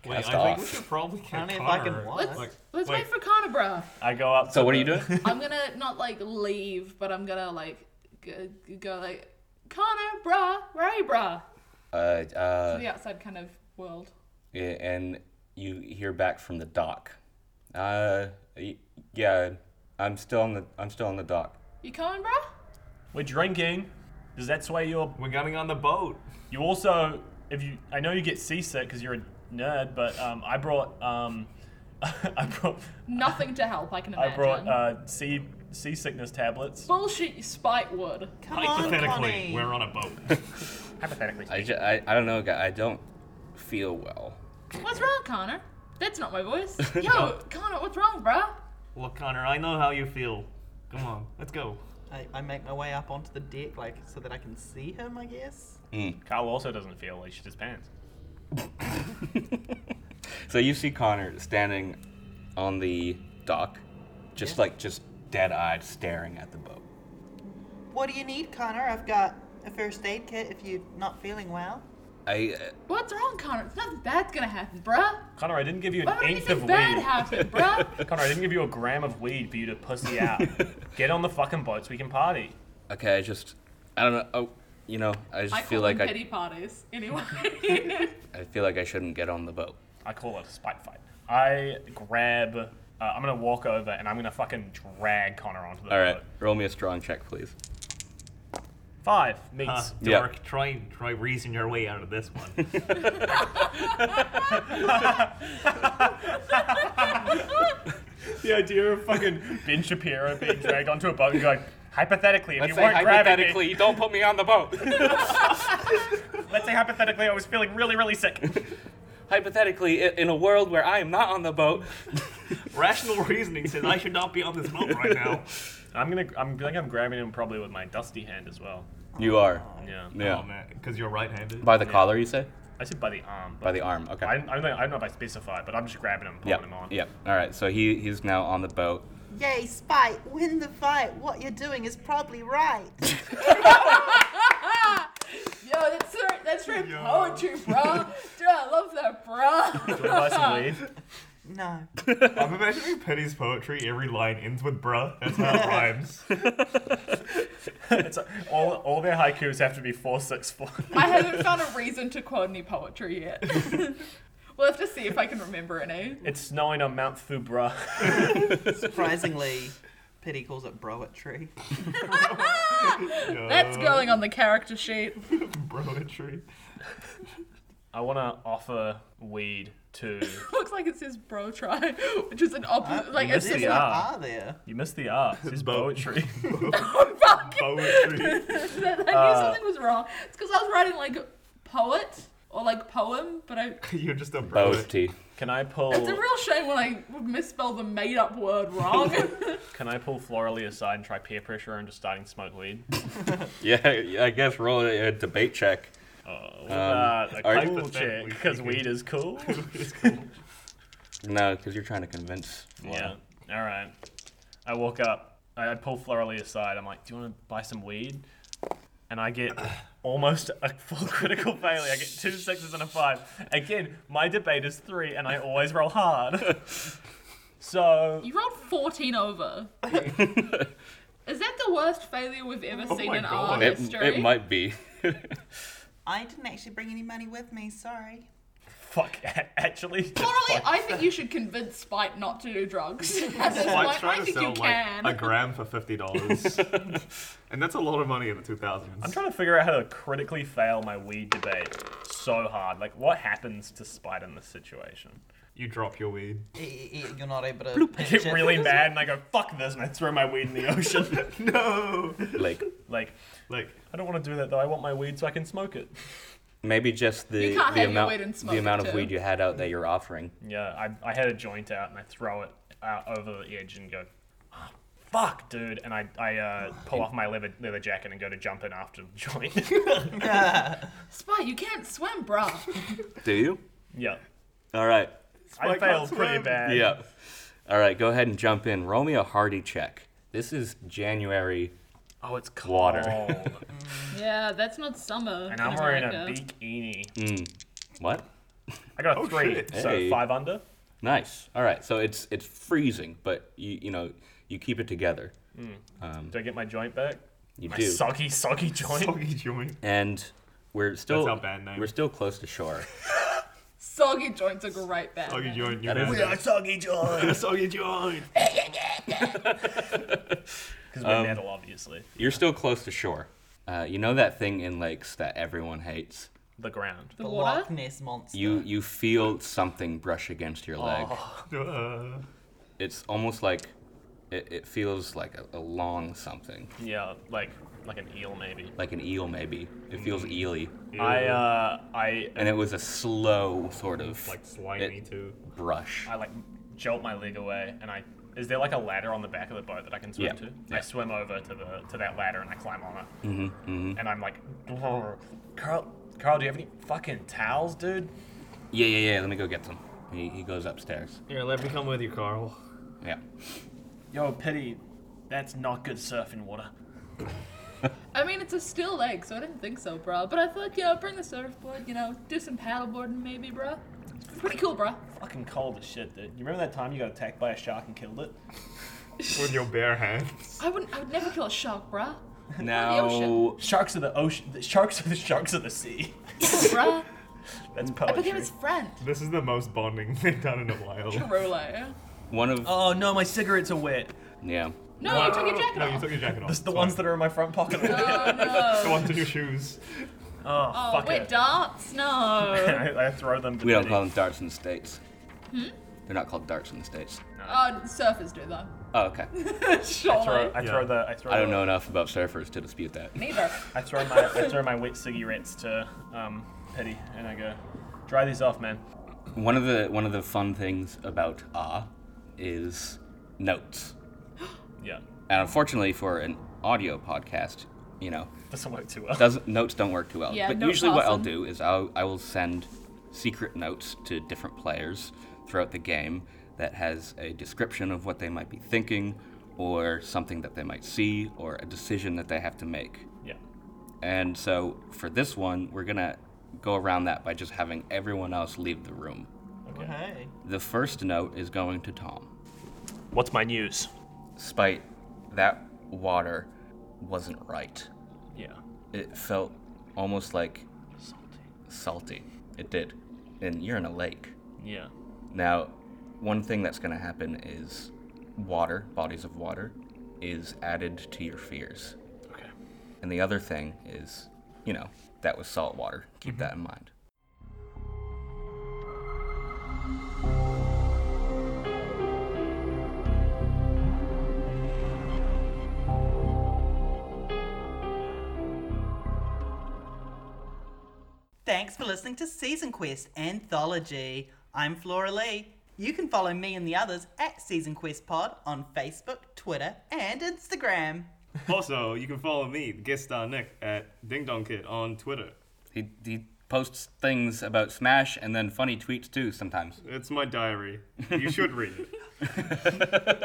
Wait,
Cast
I think we
off.
should probably get
I don't know if I
Connor.
can watch.
Let's,
Like,
let's wait
wait.
for Carnabra.
I go out.
So
to
what are
the-
you doing? *laughs*
I'm gonna not like leave, but I'm gonna like go, go like Carnabra, Raybra
Uh, uh,
to the outside kind of world.
Yeah, and you hear back from the dock. Uh, y- yeah, I'm still on the I'm still on the dock.
You coming, bruh?
We're drinking. Does that sway your?
We're getting on the boat.
You also, if you, I know you get seasick because you're a nerd, but um, I brought um, *laughs* I brought
Nothing to help, I can
*laughs*
imagine.
I brought uh, sea seasickness tablets.
Bullshit, you spite wood.
Come on,
Hypothetically,
Connie.
we're on a
*laughs*
boat.
Hypothetically,
I, ju- I, I don't know, guy. I don't feel well.
What's wrong, Connor? That's not
*laughs*
my voice. Yo, Connor, what's wrong, bruh?
Look, Connor, I know how you feel. Come on, let's
*laughs*
go.
I, I make my way up onto the deck, like, so that I can see him, I guess.
Carl also doesn't feel like shit his pants.
So you see Connor standing on the dock, just like just dead-eyed, staring at the boat.
What do you need, Connor? I've got a first aid kit if you're not feeling well.
I uh,
What's wrong, Connor? It's nothing bad's gonna happen, bruh.
Connor, I didn't give you
Why
an
would
eighth of
anything
weed.
bad happen, bruh?
Connor, *laughs* I didn't give you a gram of weed for you to
*laughs*
pussy out. Get on the fucking boats, we can party.
uh, okay. I just I don't know. Oh, you know, I just
I
feel
feel
like
petty
I,
parties.
*laughs*
Anyway. *laughs*
I feel like I shouldn't get on the boat.
I call it a spite fight. I grab Uh, I'm gonna walk over and I'm gonna fucking drag Connor onto the
All right,
boat.
roll me a strong check, please.
Five meets.
Huh,
Yeah.
dork, try and try reason your way out of this
*laughs*
one. *laughs*
The idea of fucking Ben Shapiro being dragged onto a boat and going, hypothetically, if
Let's
you
say
weren't
hypothetically,
grabbing me,
don't put me on the boat.
let's say hypothetically, I was feeling really, really sick.
*laughs*
*laughs*
hypothetically, i- in a world where I am not on the
*laughs*
boat,
Rational reasoning says I should not be on this boat right now. *laughs*
I'm gonna, I'm I think I'm grabbing him probably with my dusty hand as well.
you are.
Yeah.
Yeah.
Oh man, because you're right-handed.
By the collar, you say?
I said by the arm. But
By the arm. Okay.
I, I, don't know, I don't know if I specified, but I'm just grabbing him, and pulling
Yep.
him on.
Yep. All right. So he he's now on the boat.
Yay, Spike, win the fight. What you're doing is probably right. *laughs*
Yo, that's her, that's her poetry, bro. Dude, I love
*laughs*
that, bro.
Do you wanna buy
*laughs*
some weed?
no.
I'm imagining Penny's poetry. Every line ends with "bruh." That's how it *laughs* rhymes.
It's like, all, all their haikus have to be four six four. *laughs*
I haven't found a reason to quote any poetry yet. *laughs* we'll have to see if I can remember any.
It's snowing on Mount Fubra.
Surprisingly, Pity calls it broetry.
That's
Uh.
going on the character sheet. *laughs*
Broetry.
I want to offer weed to.
Looks like it says bro try, which is an
Uh,
opposite. Like, it's
There's
just
an
yeah.
R there.
You missed the R. It's
Boat.
poetry.
oh, *laughs* fuck.
Poetry.
I knew
Uh.
something was wrong. It's because I was writing, like, poet or, like, poem, but I.
You're just a
Boat
poet.
tea.
*laughs* Can I pull?
It's a real shame when I would misspell the made up word wrong. *laughs*
Can I pull florally aside and try peer pressure into starting to smoke weed?
*laughs* Yeah. I guess roll a, a debate check.
Oh,
Um,
what about a
are-
cool check because weed is cool.
No, because you're trying to convince.
yeah.
Laura. *laughs*
All right. I walk up. I I pull florally aside. I'm like, "Do you want to buy some weed?" And I get almost a full *laughs* critical failure. I get two sixes and a five. Again, my debate is three, and I always roll hard. so
you rolled 14 over. Is that the worst failure we've ever seen
Oh my
in our
God.
It,
history?
it might be. *laughs*
I didn't actually bring any money with me, sorry.
fuck. a- Actually, just
Morally,
fuck.
I think you should convince Spike not to do *laughs* drugs. At this
Like,
point,
trying
I
to
think
sell
you can.
like a gram for
*laughs*
fifty dollars, and that's a lot of money in the two thousands.
I'm trying to figure out how to critically fail my weed debate so hard. Like, what happens to Spite in this situation?
You drop your weed.
Eh, eh, eh, You're not able to.
I
pitch
get
it
really
because-
mad and I go, fuck this, and I throw my weed in the ocean.
*laughs* *laughs* No.
like
like,
Like
I don't want to do that though. I want my weed so I can smoke it.
maybe just the
You can't
the
have your
amount
weed and smoke
the
it
amount of
too.
weed you had out that you're offering.
Yeah, I, I had a joint out and I throw it out over the edge and go, "Ah, fuck, dude. And I, I uh, pull off my leather, leather jacket and go to jump in after the joint. *laughs*
Spike, you can't swim, bruh.
Do you?
yeah.
All right.
I
can't
failed pretty
swim.
bad.
Yeah. All right. Go ahead and jump in. Roll me a hardy check. This is January.
Oh, it's cold.
Water.
*laughs* yeah, that's not summer.
and I'm wearing a big beanie.
What?
I got a three,
Oh, shit.
so
Hey.
five under.
Nice. All right. So it's it's freezing, but you you know you keep it together.
Do I get my joint back?
You
my
do.
soggy, soggy joint. *laughs*
soggy joint.
and we're still
our band name.
we're still close to shore.
Soggy joints are great back.
Soggy joint. You
That is-
know.
are soggy joint.
Soggy
*laughs*
joint.
Because we're metal, obviously.
You're still close to shore. Uh, you know that thing in lakes that everyone hates.
The ground.
The
The
water?
Loch Ness monster.
You you feel something brush against your leg.
Uh,
It's almost like it, it feels like a, a long something,
Yeah, like like an eel maybe.
like an eel maybe. It feels
Mm.
eely,
I uh I
and it was a slow sort of
like slimy
It-
too.
brush.
I like jolt my leg away and I is there like a ladder on the back of the boat that I can swim
Yeah,
to?
yeah.
I swim over to the to that ladder and I climb on it. Mm-hmm, And I'm like, "Grr. Carl, Carl, do you have any fucking towels, dude?
Yeah yeah yeah. Let me go get some. He, he goes upstairs.
Here, let me come with you, Carl. *laughs*
Yeah.
Yo, pity, that's not good surfing water.
I mean, it's a still lake, so I didn't think so, bruh. But I thought, you know, bring the surfboard, you know, do some paddleboarding maybe, bruh. It's pretty cool, bruh.
Fucking cold as shit, dude. You remember that time you got attacked by a shark and killed it?
With your bare hands.
I wouldn't, I would never kill a shark, bruh.
Now
Sharks are the ocean. The sharks are the *laughs* sharks of the sea.
bruh.
That's
I
poetry.
Oh,
became his friend.
*laughs* This is the most bonding they've done in a while.
True, like,
one of
Oh no, my cigarettes are wet.
yeah.
No, you took your jacket
no,
off.
you took your jacket off.
This is the
It's
ones
fine.
that are in my front pocket. are wet.
*laughs* Oh
*laughs*
no.
The ones in your shoes.
Oh,
Oh,
fuck
wet
it.
darts?
*laughs*
*laughs*
No.
I, I throw them.
We don't call
Them.
them darts in the states. They're not called darts in the states.
oh, surfers do though. *laughs*
Oh, okay.
Surely.
Throw, I throw
Yeah.
the. I throw.
I don't
the-
know enough about surfers to dispute that.
Neither.
I throw my. I throw my wet cigarettes to um, Petty, and I go, dry these off, man.
One of the one of the fun things about ah is notes.
Yeah.
And unfortunately for an audio podcast, you know,
Doesn't work too well.
doesn't notes don't work too well.
Yeah,
but
note
usually what I'll
passing.
do is I'll I will send secret notes to different players throughout the game that has a description of what they might be thinking or something that they might see or a decision that they have to make.
yeah.
And so for this one, we're going to go around that by just having everyone else leave the room.
Okay.
Okay.
The first note is going to Tom.
What's my news?
Spite, that water wasn't right.
Yeah.
It felt almost like
Salty.
salty. It did. And you're in a lake.
Yeah.
Now, one thing that's going to happen is water, bodies of water, is added to your fears.
Okay.
And the other thing is, you know, that was salt water. Keep that in mind.
Thanks for listening to Season Quest Anthology. I'm Flora Lee. You can follow me and the others at Season Quest Pod on Facebook, Twitter, and Instagram.
also, you can follow me, guest star Nick, at Ding Dong Kid on Twitter.
He, he posts things about Smash and then funny tweets too sometimes.
It's my diary. You should read it.